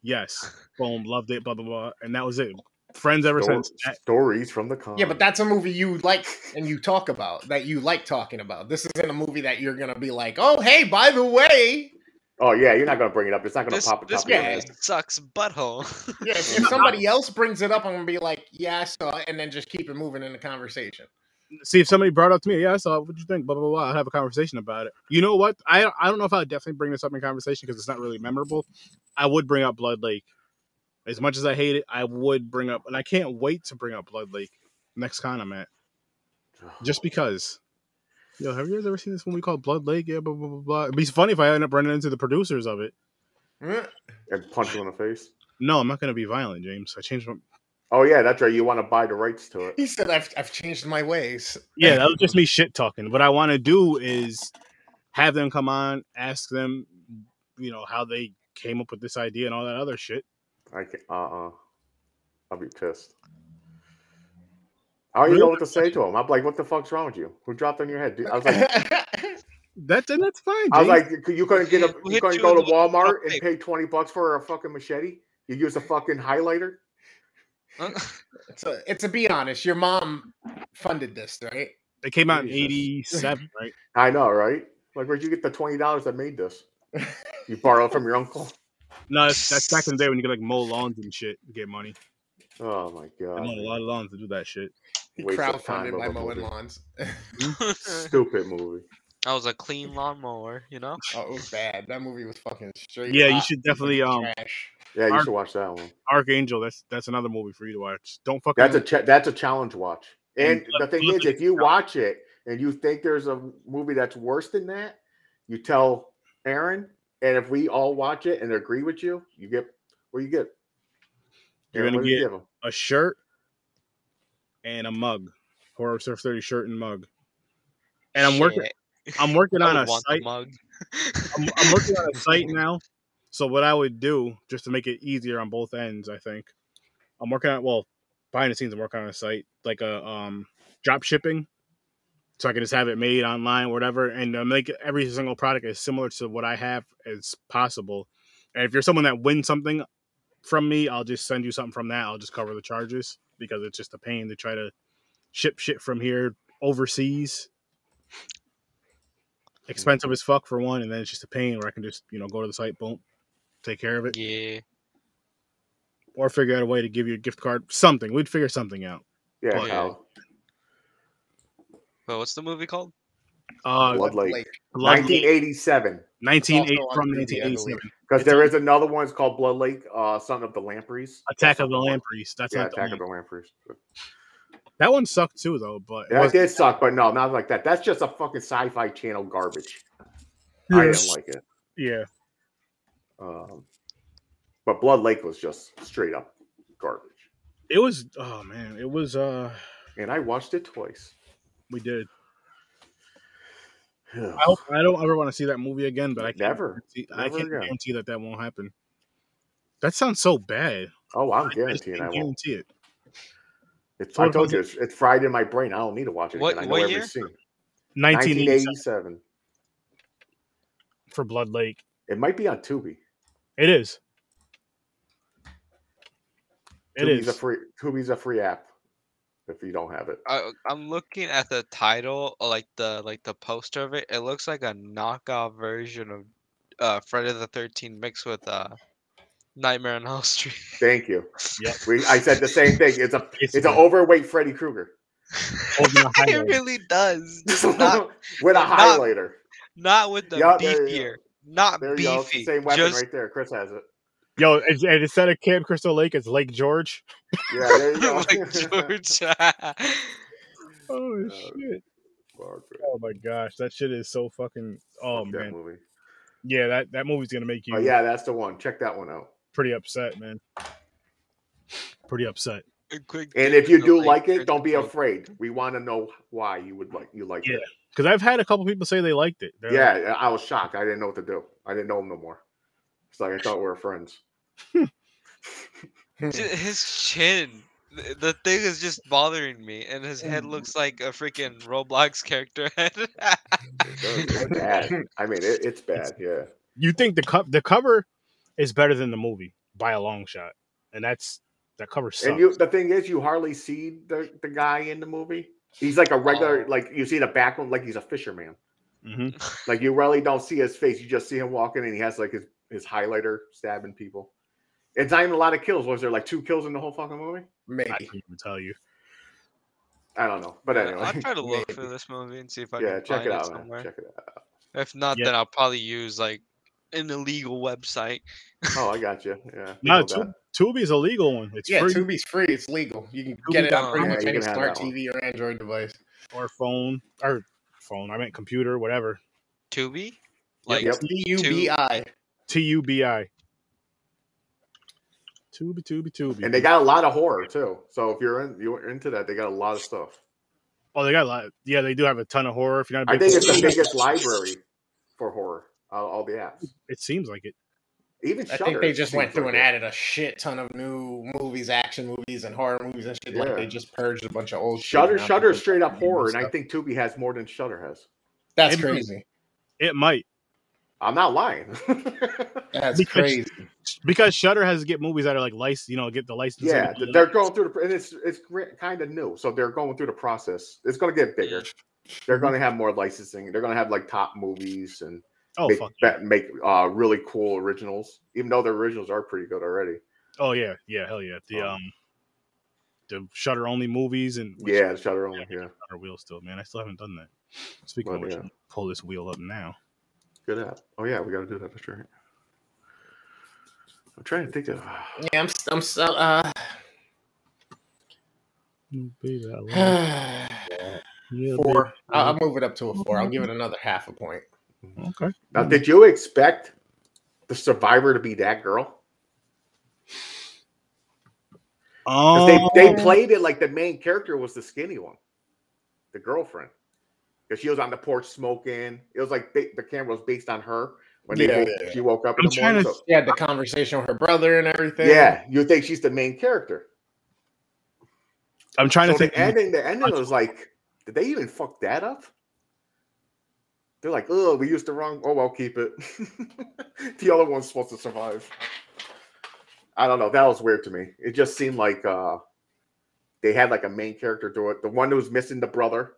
Speaker 2: Yes. Boom, loved it. Blah blah blah, and that was it. Friends ever
Speaker 1: Stor-
Speaker 2: since. That-
Speaker 1: stories from the con.
Speaker 3: Yeah, but that's a movie you like and you talk about that you like talking about. This isn't a movie that you're gonna be like, "Oh hey, by the way."
Speaker 1: Oh yeah, you're not gonna bring it up. It's not gonna
Speaker 4: This,
Speaker 1: pop. at
Speaker 4: this
Speaker 1: top of your
Speaker 3: guy-
Speaker 4: movie
Speaker 1: head.
Speaker 4: sucks butthole.
Speaker 3: Yeah, if, if somebody else brings it up, I'm gonna be like, "Yeah, I saw it," and then just keep it moving in the conversation.
Speaker 2: See if somebody brought it up to me. Yeah, I saw. it. What you think? Blah blah blah. I'd have a conversation about it. You know what? I I don't know if I'd definitely bring this up in conversation because it's not really memorable. I would bring up Blood Lake. As much as I hate it, I would bring up, and I can't wait to bring up Blood Lake next con I'm at. just because. Yo, have you guys ever seen this one we call Blood Lake? Yeah, blah blah blah blah. It'd be funny if I end up running into the producers of it.
Speaker 3: Huh?
Speaker 1: and punch you in the face.
Speaker 2: No, I'm not gonna be violent, James. I changed my
Speaker 1: Oh yeah, that's right. You want to buy the rights to it.
Speaker 3: He said, "I've I've changed my ways."
Speaker 2: Yeah, that was just me shit talking. What I wanna do is have them come on, ask them, you know, how they came up with this idea and all that other shit.
Speaker 1: I can uh uh-uh. uh. i will be pissed. I don't even know what to say to him. I'm like, what the fuck's wrong with you? Who dropped on your head? Dude? I was like,
Speaker 2: That's and that's fine. James.
Speaker 1: I was like, you- you couldn't get a,
Speaker 4: We'll
Speaker 1: you
Speaker 4: hit
Speaker 1: couldn't
Speaker 4: you
Speaker 1: go to
Speaker 4: in the-
Speaker 1: Walmart and
Speaker 4: okay.
Speaker 1: pay twenty bucks for a fucking machete. You use a fucking highlighter.
Speaker 3: so, it's a be honest. Your mom funded this, right?
Speaker 2: it came out in
Speaker 1: Jesus.
Speaker 2: eighty seven, right?
Speaker 1: I know, right? Like, where'd you get the twenty dollars that made this? You borrowed from your uncle.
Speaker 2: No, that's, that's back in the day when you could like mow lawns and shit, and get money.
Speaker 1: Oh my
Speaker 2: I mowed a
Speaker 1: god!
Speaker 2: lot of lawns to do that shit.
Speaker 3: He
Speaker 1: Waste of time
Speaker 3: crowdfunded by
Speaker 1: of a
Speaker 3: mowing
Speaker 1: movie.
Speaker 3: lawns.
Speaker 4: that
Speaker 1: Stupid movie.
Speaker 4: was a clean lawnmower, you know?
Speaker 3: oh, it was bad. That movie was fucking straight.
Speaker 2: Yeah, you
Speaker 3: hot
Speaker 2: should definitely, um,
Speaker 3: trash.
Speaker 1: Yeah, you
Speaker 2: Our-
Speaker 1: should watch that one.
Speaker 2: Archangel, that's that's another movie for you to watch. Don't fucking
Speaker 1: That's a cha- that's a challenge watch. And
Speaker 2: And
Speaker 1: the
Speaker 2: Blood-
Speaker 1: thing
Speaker 2: Blood
Speaker 1: is, if you watch it and you think there's a movie that's worse than that, you tell Aaron, and if we all watch it and agree with you, you get what you get.
Speaker 2: You're
Speaker 1: Aaron,
Speaker 2: gonna
Speaker 1: what did you
Speaker 2: get-
Speaker 1: give him?
Speaker 2: a shirt and a mug, horror surf thirty shirt and mug. And I'm working.
Speaker 4: Shit,
Speaker 2: I'm working
Speaker 4: I
Speaker 2: on
Speaker 4: would
Speaker 2: a
Speaker 4: want the
Speaker 2: site.
Speaker 4: mug.
Speaker 2: I'm, I'm working on a site now. So what I would do, just to make it easier on both ends, I think, I'm working on. Well, behind the scenes and work on a site like a um drop shipping, so I can just have it made online, or whatever, and uh, make every single product as similar to what I have as possible. And if you're someone that wins something from me, I'll just send you something from that. I'll just cover the charges because it's just a pain to try to ship shit from here overseas. Expensive as fuck for one, and then it's just a pain where I can just you know go to the site, boom, take care of it,
Speaker 4: Yeah.
Speaker 2: or figure out a way to give you a gift card, something. We'd figure something out.
Speaker 1: Yeah,
Speaker 4: Oh, yeah.
Speaker 1: Kyle.
Speaker 4: But what's the movie called?
Speaker 2: Uh,
Speaker 1: Blood Lake.
Speaker 3: Like,
Speaker 2: Blood Lake,
Speaker 1: 1987.
Speaker 2: 19,
Speaker 3: It's also on
Speaker 2: from
Speaker 3: DVD, I believe.
Speaker 2: 1987.
Speaker 1: Because
Speaker 2: It's
Speaker 1: there
Speaker 2: a-
Speaker 1: is another one. It's called Blood Lake, uh, Son of the Lampreys.
Speaker 2: Attack of the Lampreys. That's
Speaker 1: Yeah,
Speaker 2: not the
Speaker 1: Attack
Speaker 2: one.
Speaker 1: of the Lampreys.
Speaker 2: That one sucked too, though. But it
Speaker 1: That
Speaker 2: was-
Speaker 1: did suck, but no, not like that. That's just a fucking sci-fi channel garbage. I didn't like it.
Speaker 2: yeah,
Speaker 1: Um, but Blood Lake was just straight up garbage,
Speaker 2: it was. Oh man, it was. Uh,
Speaker 1: and I watched it twice.
Speaker 2: we did. I hope I don't ever want to see that movie again. But I can't
Speaker 1: Never.
Speaker 2: guarantee- I
Speaker 1: Never
Speaker 2: can't
Speaker 1: again.
Speaker 2: guarantee that that won't happen. That sounds so bad.
Speaker 1: Oh, I'm
Speaker 2: I just
Speaker 1: guaranteeing I
Speaker 2: can't
Speaker 1: won't.
Speaker 2: guarantee it.
Speaker 1: It's,
Speaker 2: So
Speaker 1: I
Speaker 2: it
Speaker 1: told
Speaker 2: was-
Speaker 1: you, it's, it's fried in my brain. I don't need to watch it
Speaker 4: What-
Speaker 1: again. I know
Speaker 4: what
Speaker 1: every
Speaker 4: year?
Speaker 1: scene.
Speaker 2: 1987
Speaker 1: 1987.
Speaker 2: for Blood Lake.
Speaker 1: It might be on Tubi.
Speaker 2: It is. It
Speaker 1: Tubi's
Speaker 2: is.
Speaker 1: a free. Tubi's a free app. If you don't have it,
Speaker 4: I, I'm looking at the title, uh, like the like the poster of it. It looks like a knockout version of uh, Friday the 13th mixed with uh, Nightmare on Elm Street.
Speaker 1: thank you.
Speaker 2: Yep.
Speaker 1: We, I said the same thing. It's a
Speaker 2: It's
Speaker 1: it's, an
Speaker 2: a-
Speaker 1: overweight Freddy Krueger
Speaker 2: Holding a high
Speaker 4: it
Speaker 2: road.
Speaker 4: really does. Just not
Speaker 1: with a
Speaker 4: not-
Speaker 1: highlighter.
Speaker 4: not with the
Speaker 1: Yeah, there you go.
Speaker 4: beefier, not
Speaker 1: There you go. It's the
Speaker 4: beefy.
Speaker 1: Same weapon
Speaker 4: just
Speaker 1: right there. Chris has it.
Speaker 2: Yo, and, and instead of Camp Crystal Lake, it's Lake George.
Speaker 1: Yeah, there you go.
Speaker 4: like George.
Speaker 1: Uh,
Speaker 2: Oh
Speaker 1: shit. Fuck,
Speaker 2: Oh my gosh, that shit is so fucking. Oh
Speaker 1: fuck
Speaker 2: man,
Speaker 1: that movie.
Speaker 2: yeah, that that movie's gonna make you.
Speaker 1: Oh, yeah, that's the one. Check that one out.
Speaker 2: pretty upset, man. Pretty upset.
Speaker 4: A quick
Speaker 1: And if
Speaker 4: dip in
Speaker 1: you
Speaker 4: the
Speaker 1: do
Speaker 4: lake
Speaker 1: like
Speaker 4: during
Speaker 1: it,
Speaker 4: the
Speaker 1: don't be
Speaker 4: cold.
Speaker 1: afraid. We want to know why you would like you like it.
Speaker 2: Because I've had a couple people say they liked it. They're like,
Speaker 1: Yeah, I was shocked. I didn't know what to do. I didn't know him no more. It's like I thought we were friends.
Speaker 3: hmm,
Speaker 4: Ju- His chin. Th- The thing is just bothering me, and his head
Speaker 1: Mm.
Speaker 4: looks like a freaking Roblox character head.
Speaker 1: It's bad. I mean, it, it's bad. Yeah.
Speaker 2: you think the cup the cover is better than the movie by a long shot, and that's that cover sucks.
Speaker 1: And you, the thing is, you hardly see the, the guy in the movie. He's like a regular,
Speaker 4: Oh.
Speaker 1: like you see the back one, like he's a fisherman.
Speaker 2: Mhm.
Speaker 1: Like you rarely don't see his face. You just see him walking, and he has like his his highlighter stabbing people. It's not even a lot of kills. Was there like two kills in the whole fucking movie?
Speaker 2: I
Speaker 3: Maybe.
Speaker 2: can't even tell you.
Speaker 1: I don't know, but
Speaker 4: I- I'll
Speaker 1: anyway,
Speaker 4: try to look for
Speaker 3: Maybe.
Speaker 4: this movie and see if I
Speaker 1: yeah,
Speaker 4: can
Speaker 1: check
Speaker 4: find
Speaker 1: it
Speaker 4: it,
Speaker 1: out, man.
Speaker 4: somewhere.
Speaker 1: Check it out.
Speaker 4: If not,
Speaker 2: Yeah.
Speaker 4: then I'll probably use like an illegal website.
Speaker 1: Oh, I got you. Yeah, know
Speaker 2: No,
Speaker 1: that.
Speaker 2: Tub- Tubi's a legal one. It's
Speaker 3: yeah,
Speaker 2: free
Speaker 3: Tubi's free. It's legal. You can get it on pretty
Speaker 4: Yeah,
Speaker 3: much
Speaker 1: you
Speaker 3: any
Speaker 1: can have
Speaker 3: smart
Speaker 1: that one.
Speaker 3: TV or Android device.
Speaker 2: or phone or phone. I meant computer, whatever.
Speaker 4: Tubi, like
Speaker 1: Yep.
Speaker 3: T U B I.
Speaker 2: T U B I. Tubi, Tubi, Tubi.
Speaker 1: and they got a lot of horror too. So if you're in, you're into that, they got a lot of stuff.
Speaker 2: oh, they got a lot. Yeah, they do have a ton of horror. If you're not, a
Speaker 1: I
Speaker 2: big
Speaker 1: think it's the
Speaker 2: horror-
Speaker 1: biggest library for horror out of all the apps.
Speaker 2: it seems like it.
Speaker 1: Even
Speaker 3: I
Speaker 1: Shudder,
Speaker 3: think they just went
Speaker 1: seems
Speaker 3: through
Speaker 1: like
Speaker 3: and
Speaker 1: it.
Speaker 3: added a shit ton of new movies, action movies, and horror movies and shit. Like
Speaker 1: Yeah.
Speaker 3: they just purged a bunch of old
Speaker 1: Shutter,
Speaker 3: shit.
Speaker 1: Shutter is straight up
Speaker 3: Stuff.
Speaker 1: horror, and I think Tubi has more than Shutter has.
Speaker 3: That's
Speaker 2: Maybe.
Speaker 3: crazy.
Speaker 2: It might
Speaker 1: I'm not lying.
Speaker 3: That's
Speaker 2: Because-
Speaker 3: crazy.
Speaker 2: because Shutter has to get movies that are like license. You know, get the license.
Speaker 1: yeah, th- they're going through the, and it's it's kind of new, so they're going through the process. It's going to get bigger. They're going to have more licensing. They're going to have like top movies and
Speaker 2: Oh
Speaker 1: make
Speaker 2: fuck.
Speaker 1: ba- make uh, really cool originals. Even though their originals are pretty good already.
Speaker 2: Oh yeah, yeah, hell yeah. The
Speaker 1: Oh.
Speaker 2: um, the Shutter only movies and which
Speaker 1: Yeah, Shutter only. Yeah,
Speaker 2: Shutter wheel still, man. I still haven't done that. Speaking of
Speaker 1: Well,
Speaker 2: which,
Speaker 1: yeah.
Speaker 2: I'm gonna pull this wheel up now.
Speaker 1: good app. Oh yeah, we got to do that. That's right. I'm trying to think of.
Speaker 3: Yeah, I'm. st- I'm. So, uh,
Speaker 1: Mm-hmm.
Speaker 3: four. I'll, I'll move it up to a four. I'll give it another half a point.
Speaker 2: Okay.
Speaker 1: Now, did you expect the survivor to be that girl? 'Cause
Speaker 2: Oh,
Speaker 1: They, they played it like the main character was the skinny one, the girlfriend. Because she was on the porch smoking. It was like ba- the camera was based on her when they
Speaker 3: Yeah,
Speaker 1: woke-
Speaker 3: yeah,
Speaker 1: she woke up
Speaker 2: I'm
Speaker 1: in the morning.
Speaker 2: trying to-
Speaker 1: so-
Speaker 3: She had the conversation with her brother and everything.
Speaker 1: yeah, you think she's the main character.
Speaker 2: I'm trying
Speaker 1: So
Speaker 2: to think.
Speaker 1: the ending, the ending was like, did they even fuck that up? They're like, oh, we used the wrong. Oh, well, keep it. the other one's supposed to survive. I don't know. That was weird to me. It just seemed like uh they had like a main character do it. The one who was missing the brother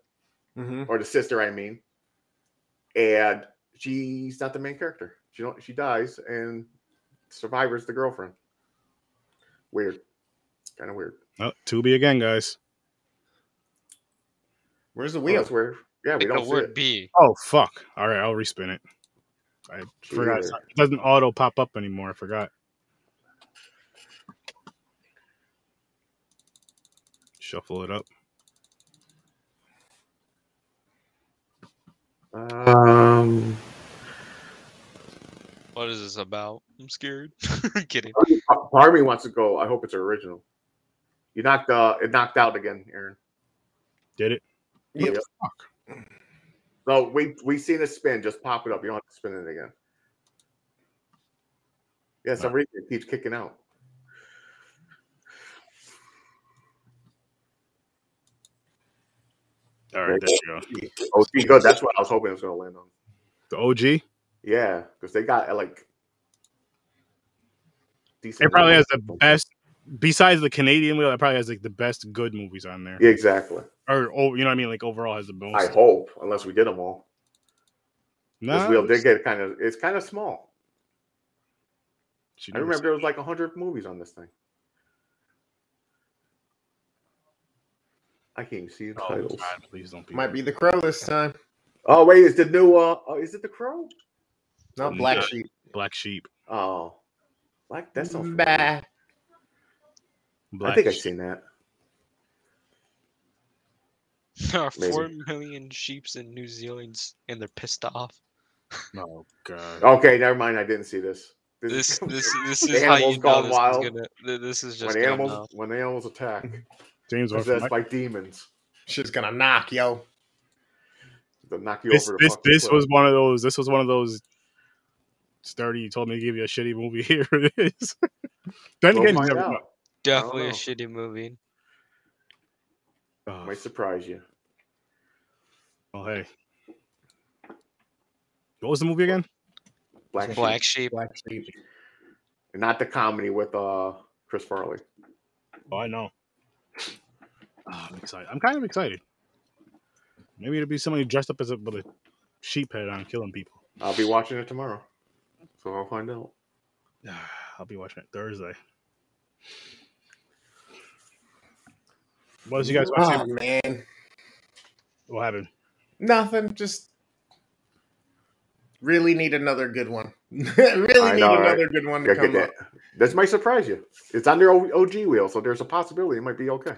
Speaker 3: Mm-hmm.
Speaker 1: or the sister, I mean, and she's not the main character. She don't. She dies, and survivor's the girlfriend. Weird. Kind of weird.
Speaker 2: oh, Tubi again, guys.
Speaker 3: Where's the
Speaker 1: Well,
Speaker 3: wheel?
Speaker 1: that's weird. Yeah, we
Speaker 4: Pick the
Speaker 1: don't see
Speaker 4: word
Speaker 1: it.
Speaker 4: B.
Speaker 2: Oh fuck! All right, I'll respin it. I forgot. it's
Speaker 1: Jeez.
Speaker 2: not- It doesn't auto pop up anymore. I forgot. Shuffle it up.
Speaker 1: Um,
Speaker 4: What is this about? I'm scared. Kidding.
Speaker 1: part of me wants to go. I hope it's original. You knocked uh, it knocked out again, Aaron.
Speaker 2: Did it?
Speaker 3: Yeah.
Speaker 2: What the fuck?
Speaker 1: So we we seen a spin. Just pop it up. You don't have to spin it again. Yeah, some reason it keeps kicking out.
Speaker 2: All right, there you go.
Speaker 1: Oh, see, good. That's what I was hoping it was going to land on.
Speaker 2: The OG.
Speaker 1: Yeah, because they got uh, like decent.
Speaker 2: It probably has
Speaker 1: movies.
Speaker 2: the best. Besides the Canadian wheel, it probably has like the best good movies on there.
Speaker 1: Yeah, exactly.
Speaker 2: Or oh, you know what I mean? Like overall has the most.
Speaker 1: I hope, unless we did them all.
Speaker 2: Nah,
Speaker 1: this wheel did get kind of. It's kind of small.
Speaker 2: she
Speaker 1: I
Speaker 2: never
Speaker 1: remember there was like hundred movies on this thing. I can't even see the
Speaker 2: said- Oh,
Speaker 1: titles.
Speaker 2: God, please don't be.
Speaker 3: Might be the crow this time.
Speaker 1: Oh wait, is the new? Uh, oh, is it the Crow?
Speaker 3: Not black
Speaker 2: Yeah.
Speaker 3: sheep.
Speaker 2: Black Sheep.
Speaker 1: Oh, like that's not.
Speaker 3: Bah.
Speaker 1: I
Speaker 2: Black
Speaker 1: think I've
Speaker 2: Sheep.
Speaker 1: seen that.
Speaker 4: There are
Speaker 1: Maybe.
Speaker 4: four million sheeps in New Zealand, s- and they're pissed off.
Speaker 2: Oh god.
Speaker 1: Okay, never mind. I didn't see this.
Speaker 4: This, this, this
Speaker 1: The
Speaker 4: is how
Speaker 1: animals
Speaker 4: you know
Speaker 1: gone
Speaker 4: this
Speaker 1: wild.
Speaker 4: is gonna. th- This is just
Speaker 1: when
Speaker 4: gonna
Speaker 1: animals
Speaker 4: know.
Speaker 1: when animals attack,
Speaker 2: James went from
Speaker 1: possessed by demons,
Speaker 3: She's gonna knock, yo.
Speaker 1: they'll knock you
Speaker 2: this
Speaker 1: over. the
Speaker 2: this
Speaker 1: fucking
Speaker 2: this
Speaker 1: cliff.
Speaker 2: was one of those this was one of those sturdy you told me to give you a shitty movie here it is then
Speaker 1: We'll
Speaker 2: again
Speaker 1: find
Speaker 2: you never
Speaker 1: out.
Speaker 2: know.
Speaker 4: Definitely a
Speaker 1: know.
Speaker 4: shitty movie.
Speaker 2: Oh,
Speaker 1: Might surprise you.
Speaker 2: well, Oh, hey what was the movie again
Speaker 1: Black, Sheep.
Speaker 4: Black sheep.
Speaker 3: Black sheep.
Speaker 1: and not the comedy with uh Chris Farley.
Speaker 2: oh i know Ah, i'm excited i'm kind of excited maybe it'll be somebody dressed up as a with a sheep head on killing people
Speaker 1: I'll be watching it tomorrow, so I'll find out.
Speaker 2: Ah, i'll be watching it thursday what else you guys
Speaker 3: Oh
Speaker 2: watching
Speaker 3: man,
Speaker 2: what happened
Speaker 3: nothing. Just really need another good one. really
Speaker 1: I
Speaker 3: need
Speaker 1: know, right?
Speaker 3: another good one to
Speaker 1: Gotta get
Speaker 3: come up.
Speaker 1: that. This might surprise you. It's on their O- OG wheel, so there's a possibility it might be okay.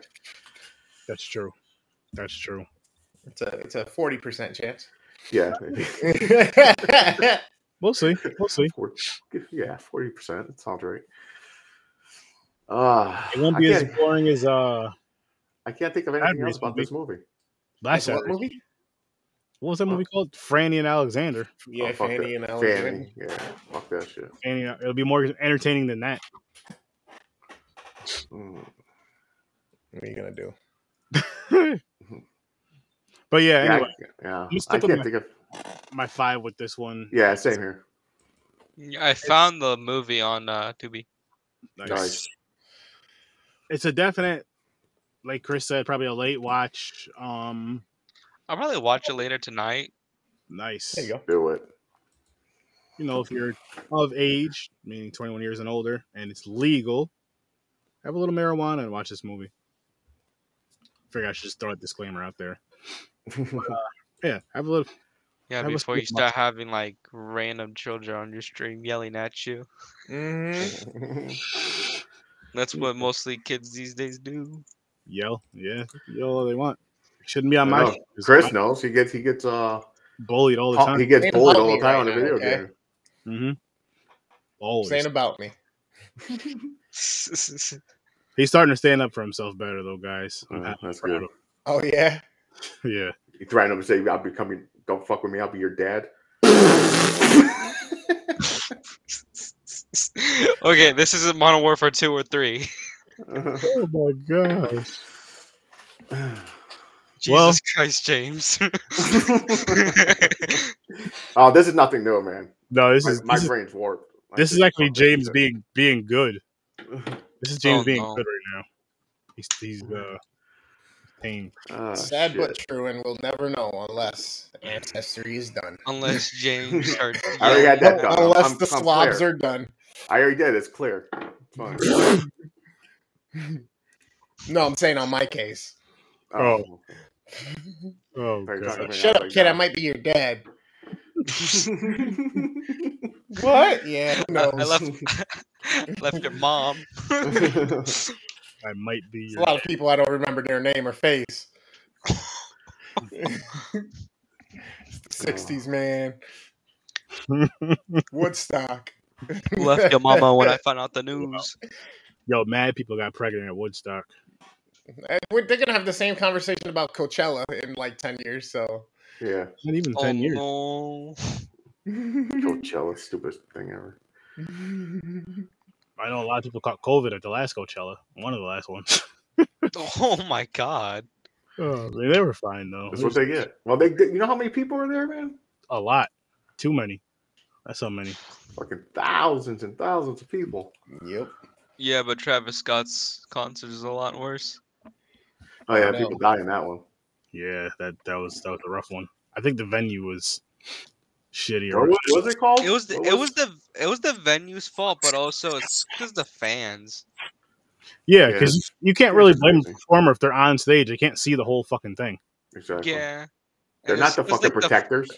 Speaker 2: that's true that's true
Speaker 3: It's a it's a forty percent chance.
Speaker 1: Yeah, maybe.
Speaker 2: We'll see. We'll see.
Speaker 1: Four- yeah, forty percent. That sounds right. Uh,
Speaker 2: It won't
Speaker 1: I
Speaker 2: be as
Speaker 1: can't,
Speaker 2: boring as uh
Speaker 1: I can't think of
Speaker 2: bad
Speaker 1: anything
Speaker 2: race
Speaker 1: else about
Speaker 2: movie.
Speaker 1: this movie.
Speaker 2: last
Speaker 3: what
Speaker 2: Saturday. What,
Speaker 3: movie?
Speaker 2: was that movie called? Franny and Alexander.
Speaker 3: Yeah,
Speaker 1: Oh, fuck
Speaker 3: Fanny
Speaker 1: that.
Speaker 3: and Alexander.
Speaker 1: Fanny, yeah, fuck that shit.
Speaker 2: Fanny, and- it'll be more entertaining than that.
Speaker 1: Mm.
Speaker 3: What are you gonna do?
Speaker 2: but yeah,
Speaker 1: Yeah,
Speaker 2: anyway,
Speaker 1: I, yeah,
Speaker 2: me stick
Speaker 1: I
Speaker 2: with
Speaker 1: can't
Speaker 2: my-
Speaker 1: think of.
Speaker 2: my five with this one.
Speaker 1: Yeah, same here.
Speaker 4: Yeah, I found the movie on uh, Tubi.
Speaker 1: Nice.
Speaker 2: It's a definite, like Chris said, probably a late watch. Um,
Speaker 4: I'll probably watch it later tonight.
Speaker 2: nice.
Speaker 3: There you go.
Speaker 1: Do it.
Speaker 2: You know, if you're of age, meaning 21 years and older, and it's legal, have a little marijuana and watch this movie. Figure I should just throw a disclaimer out there. Yeah, have a little.
Speaker 4: Yeah,
Speaker 2: I was
Speaker 4: before you
Speaker 2: thinking about
Speaker 4: start having like random children on your stream yelling at you.
Speaker 1: Mm-hmm.
Speaker 3: Mhm.
Speaker 4: That's what mostly kids these days do.
Speaker 2: yell. Yeah, yell all they want. Shouldn't be on
Speaker 1: I
Speaker 2: my
Speaker 1: know.
Speaker 2: shit, 'cause
Speaker 1: Chris
Speaker 2: I'm
Speaker 1: knows he gets he gets uh
Speaker 2: bullied all the
Speaker 1: pu- he
Speaker 2: time.
Speaker 1: gets
Speaker 3: Ain't
Speaker 1: bullied
Speaker 3: about
Speaker 1: all
Speaker 3: me
Speaker 1: the time on the
Speaker 3: right now,
Speaker 1: video
Speaker 3: okay?
Speaker 1: game.
Speaker 2: Mm-hmm. Always.
Speaker 3: Saying about me.
Speaker 2: He's starting to stand up for himself better though, guys. I'm
Speaker 1: Uh,
Speaker 2: happy
Speaker 1: that's
Speaker 2: for
Speaker 1: good.
Speaker 2: him.
Speaker 3: Oh yeah.
Speaker 2: Yeah.
Speaker 1: You threaten him to say, "I'll be coming. Don't fuck with me. I'll be your dad."
Speaker 4: okay, this isn't Modern Warfare two or three.
Speaker 2: Oh my gosh.
Speaker 4: Jesus
Speaker 2: Well-
Speaker 4: Christ, James.
Speaker 1: Oh, this is nothing new, man.
Speaker 2: No, this
Speaker 1: My,
Speaker 2: is
Speaker 1: my
Speaker 2: this is,
Speaker 1: brain's warped. Like,
Speaker 2: this is actually
Speaker 1: nothing
Speaker 2: James
Speaker 1: new.
Speaker 2: being being good. This is James
Speaker 4: Oh,
Speaker 2: being
Speaker 4: no.
Speaker 2: good right now. He's he's
Speaker 1: Mm-hmm.
Speaker 2: uh pain.
Speaker 1: Ah,
Speaker 3: Sad but
Speaker 1: shit.
Speaker 3: true, and we'll never know unless ancestry is done.
Speaker 4: Unless James starts.
Speaker 1: I already
Speaker 4: yelling
Speaker 1: had that
Speaker 4: at-
Speaker 1: done.
Speaker 3: unless
Speaker 1: I'm-
Speaker 3: the
Speaker 1: I'm
Speaker 3: swabs
Speaker 1: clear.
Speaker 3: are done.
Speaker 1: I already did. It's clear. It's fine.
Speaker 3: No, I'm saying on my case.
Speaker 2: Oh. Oh
Speaker 1: Very
Speaker 2: god.
Speaker 1: talking about-
Speaker 3: Shut up,
Speaker 1: like
Speaker 3: kid. I
Speaker 1: that.
Speaker 3: might be your dad. What? Yeah, who
Speaker 4: I-
Speaker 3: knows?
Speaker 4: I left. I left your mom.
Speaker 2: I might be
Speaker 3: There's
Speaker 2: your
Speaker 3: a lot of people I don't remember their name or face. It's the 60s, man. Woodstock.
Speaker 4: left your mama when I found out the news.
Speaker 2: yo, mad people got pregnant at Woodstock.
Speaker 3: And we're, they're going to have the same conversation about Coachella in like 10 years. So,
Speaker 1: yeah.
Speaker 2: Not even
Speaker 4: Oh
Speaker 2: ten years.
Speaker 4: no!
Speaker 1: Coachella, stupidest thing ever.
Speaker 3: Mm-hmm.
Speaker 2: I know a lot of people caught COVID at the last Coachella, one of the last ones.
Speaker 4: Oh my god!
Speaker 2: Oh, man, they were fine though.
Speaker 1: That's what they get. Well, they you know how many people are there, man?
Speaker 2: a lot, too many. That's so many.
Speaker 1: Fucking thousands and thousands of people.
Speaker 3: yep.
Speaker 4: Yeah, but Travis Scott's concert is a lot worse.
Speaker 1: Oh yeah,
Speaker 3: No.
Speaker 1: people die in that one.
Speaker 2: Yeah, that that was that was a rough one. I think the venue was shitty.
Speaker 1: What was, what was it called?
Speaker 4: It was the,
Speaker 1: Oh, What
Speaker 4: it was the it was the venue's fault, but also it's because the fans.
Speaker 2: Yeah,
Speaker 1: Yeah,
Speaker 2: because
Speaker 1: it's-
Speaker 2: you can't
Speaker 1: it's
Speaker 2: really blame the
Speaker 1: crazy.
Speaker 2: performer if they're on stage. They can't see the whole fucking thing.
Speaker 1: exactly.
Speaker 4: Yeah, and
Speaker 1: They're
Speaker 4: it's-
Speaker 1: not the
Speaker 4: it's
Speaker 1: fucking
Speaker 4: like f-
Speaker 1: protectors.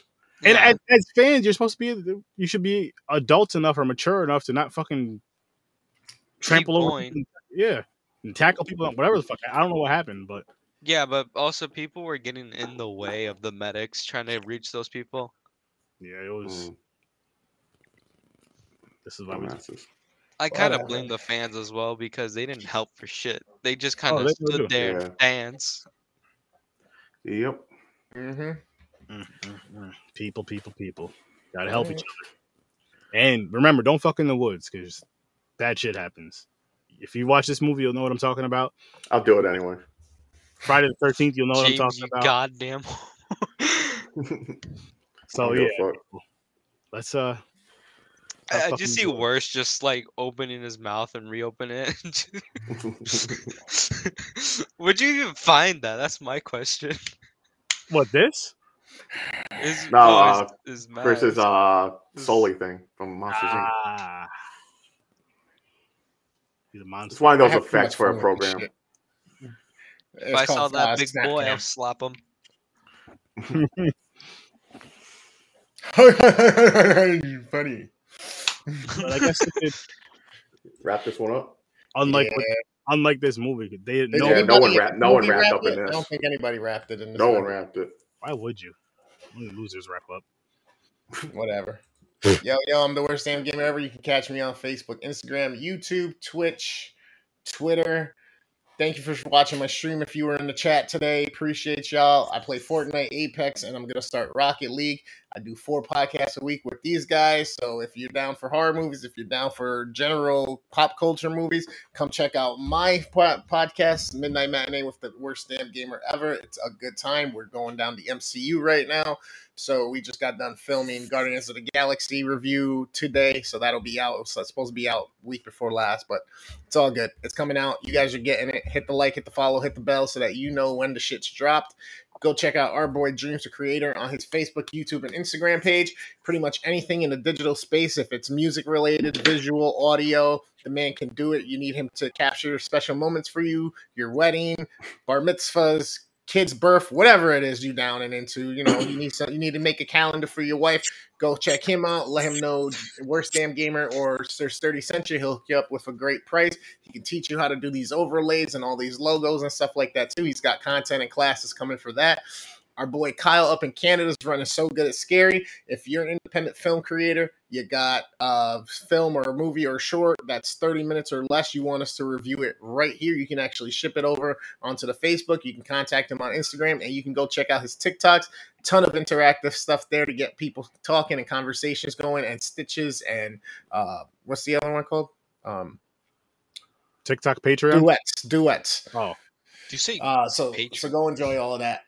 Speaker 2: And
Speaker 4: yeah.
Speaker 2: as, as fans, you're supposed to be you should be adults enough or mature enough to not fucking trample over.
Speaker 4: going.
Speaker 2: people. Yeah, and tackle people. Whatever the fuck. I don't know what happened, but
Speaker 4: yeah, but also people were getting in the way of the medics trying to reach those people.
Speaker 2: yeah, it was.
Speaker 1: Mm,
Speaker 2: This is why we.
Speaker 1: dumbasses.
Speaker 4: I kind of
Speaker 3: Whatever.
Speaker 4: blame the fans as well because they didn't help for shit. They just kind
Speaker 2: Oh, they
Speaker 4: of
Speaker 2: really
Speaker 4: stood
Speaker 2: do.
Speaker 4: there
Speaker 1: Yeah.
Speaker 4: and danced.
Speaker 1: Yep.
Speaker 3: hmm
Speaker 2: Mm, mm, mm. People, people, people. Gotta help each other. And remember, don't fuck in the woods because bad shit happens. If you watch this movie, you'll know what I'm talking about.
Speaker 1: I'll do it anyway.
Speaker 2: Friday the 13th, you'll know what I'm
Speaker 4: James,
Speaker 2: talking
Speaker 4: you
Speaker 2: about.
Speaker 4: goddamn.
Speaker 2: so,
Speaker 1: I don't
Speaker 2: yeah,
Speaker 1: give a fuck.
Speaker 2: let's, uh, I
Speaker 4: I, I
Speaker 2: fucking
Speaker 4: just see
Speaker 2: do it.
Speaker 4: worse just like opening his mouth and reopen it. Would you even find that? That's my question.
Speaker 2: what this?
Speaker 4: Is,
Speaker 1: No, uh,
Speaker 4: is, is
Speaker 1: Versus uh
Speaker 4: This-
Speaker 1: Soli thing from Monsters Inc.
Speaker 2: Ah. He's a
Speaker 1: It's
Speaker 2: monster.
Speaker 1: one of
Speaker 3: I
Speaker 1: those
Speaker 3: have too
Speaker 1: effects
Speaker 3: much
Speaker 1: for
Speaker 3: fun
Speaker 1: a
Speaker 3: with
Speaker 1: program.
Speaker 3: this
Speaker 4: if I saw that big boy, I'll slap him.
Speaker 3: Funny.
Speaker 2: But I guess, it, could-
Speaker 1: Wrap this one up.
Speaker 2: unlike,
Speaker 3: Yeah.
Speaker 2: unlike this movie, they didn't
Speaker 3: Did
Speaker 2: know.
Speaker 1: Yeah, no
Speaker 3: anybody
Speaker 1: one wrap-
Speaker 3: in
Speaker 1: no
Speaker 3: the
Speaker 1: one
Speaker 3: movie
Speaker 1: wrapped
Speaker 3: wrap
Speaker 1: up in
Speaker 3: it? I
Speaker 1: this.
Speaker 3: don't think anybody wrapped it in this.
Speaker 1: No one
Speaker 3: movie.
Speaker 1: wrapped it.
Speaker 2: Why would you? Only losers wrap up.
Speaker 3: Whatever. yo, yo, I'm the worst damn gamer ever. You can catch me on Facebook, Instagram, YouTube, Twitch, Twitter. Thank you for watching my stream. If you were in the chat today, appreciate y'all. I play Fortnite, Apex, and I'm gonna start Rocket League. I do four podcasts a week with these guys. So if you're down for horror movies, if you're down for general pop culture movies, come check out my po- podcast, Midnight Matinee with the worst damn gamer ever. It's a good time. We're going down the MCU right now. So we just got done filming Guardians of the Galaxy review today. So that'll be out. So it's supposed to be out week before last, but it's all good. It's coming out. You guys are getting it. Hit the like, hit the follow, hit the bell so that you know when the shit's dropped. Go check out our boy Dreams the Creator on his Facebook, YouTube, and Instagram page. Pretty much anything in the digital space, if it's music related, visual, audio, the man can do it. You need him to capture special moments for you, your wedding, bar mitzvahs, kids' birth, whatever it is you down and into. You know, you need some, you need to make a calendar for your wife go check him out. Let him know worst damn gamer or Sir Sturdy sent you. He'll hook you up with a great price. He can teach you how to do these overlays and all these logos and stuff like that too. He's got content and classes coming for that. Our boy Kyle up in Canada is running so good at scary. If you're an independent film creator, you got a film or a movie or a short that's 30 minutes or less, you want us to review it right here. You can actually ship it over onto the Facebook. You can contact him on Instagram and you can go check out his TikToks ton of interactive stuff there to get people talking and conversations going and stitches and uh what's the other one called um
Speaker 2: TikTok, Patreon.
Speaker 3: duets duets
Speaker 2: Oh,
Speaker 4: Do you say
Speaker 3: Uh, so so
Speaker 4: Patreon.
Speaker 3: go enjoy all of that.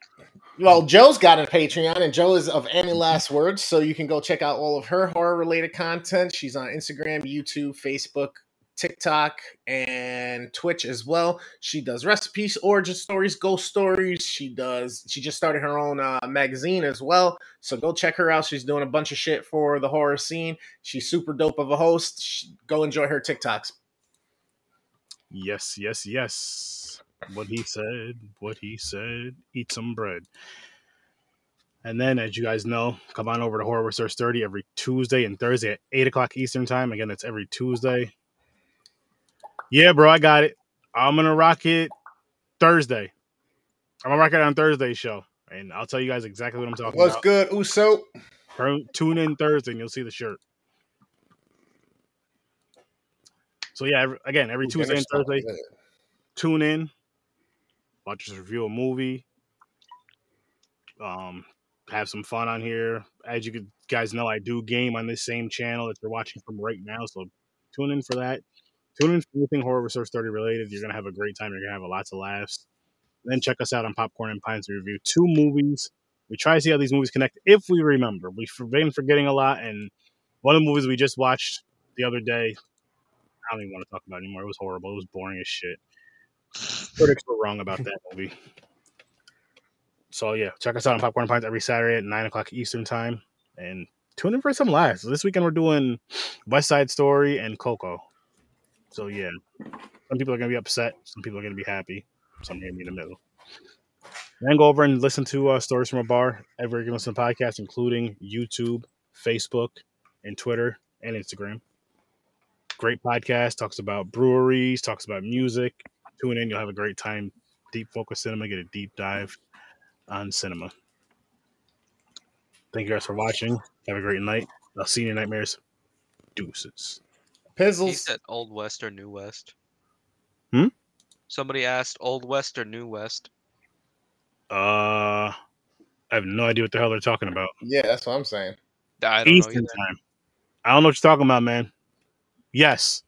Speaker 3: Well, Joe's got a Patreon, and Joe is of Any Last Words, so you can go check out all of her horror related content. She's on Instagram, YouTube, Facebook, TikTok, and Twitch as well. She does recipes, origin stories, ghost stories. She does. She just started her own uh, magazine as well, so go check her out. She's doing a bunch of shit for the horror scene. She's super dope of a host. She, go enjoy her TikToks.
Speaker 2: Yes, yes, yes. What he said, what he said, eat some bread. And then, as you guys know, come on over to Horror Research 30 every Tuesday and Thursday at 8 o'clock Eastern Time. Again, that's every Tuesday. Yeah, bro, I got it. I'm going to rock it Thursday. I'm going to rock it on Thursday's show. And I'll tell you guys exactly what I'm talking
Speaker 3: What's
Speaker 2: about.
Speaker 3: good, Uso?
Speaker 2: Turn- Tune in Thursday and you'll see the shirt. So, yeah, every, again, every Tuesday and Thursday tune in, watch us review a movie, um, have some fun on here. As you guys know, I do game on this same channel that you're watching from right now, so tune in for that. Tune in for anything horror research thirty related. You're gonna have a great time. You're gonna have lots of laughs. Then check us out on Popcorn and Pines. We review two movies. We try to see how these movies connect if we remember. We've been forgetting a lot, and one of the movies we just watched the other day, I don't even want to talk about it anymore. It was horrible. It was boring as shit critics were wrong about that movie. So yeah, check us out on Popcorn Pines every Saturday at nine o'clock Eastern time, and tune in for some lives. This weekend we're doing West Side Story and Coco. So yeah, some people are gonna be upset, some people are gonna be happy, some are gonna be in the middle. Then go over and listen to uh, stories from a bar every given some podcast, including YouTube, Facebook, and Twitter and Instagram. Great podcast talks about breweries, talks about music, tune in. You'll have a great time. Deep focus cinema. Get a deep dive on cinema. Thank you guys for watching. Have a great night. I'll see you in nightmares. Deuces.
Speaker 4: He
Speaker 3: Pizzles.
Speaker 4: said Old West or New West.
Speaker 2: Hmm?
Speaker 4: Somebody asked Old West or New West.
Speaker 2: Uh, I have no idea what the hell they're talking about.
Speaker 3: Yeah, that's what I'm saying.
Speaker 4: I don't know
Speaker 2: Eastern
Speaker 4: either.
Speaker 2: time. I don't know what you're talking about, man. Yes,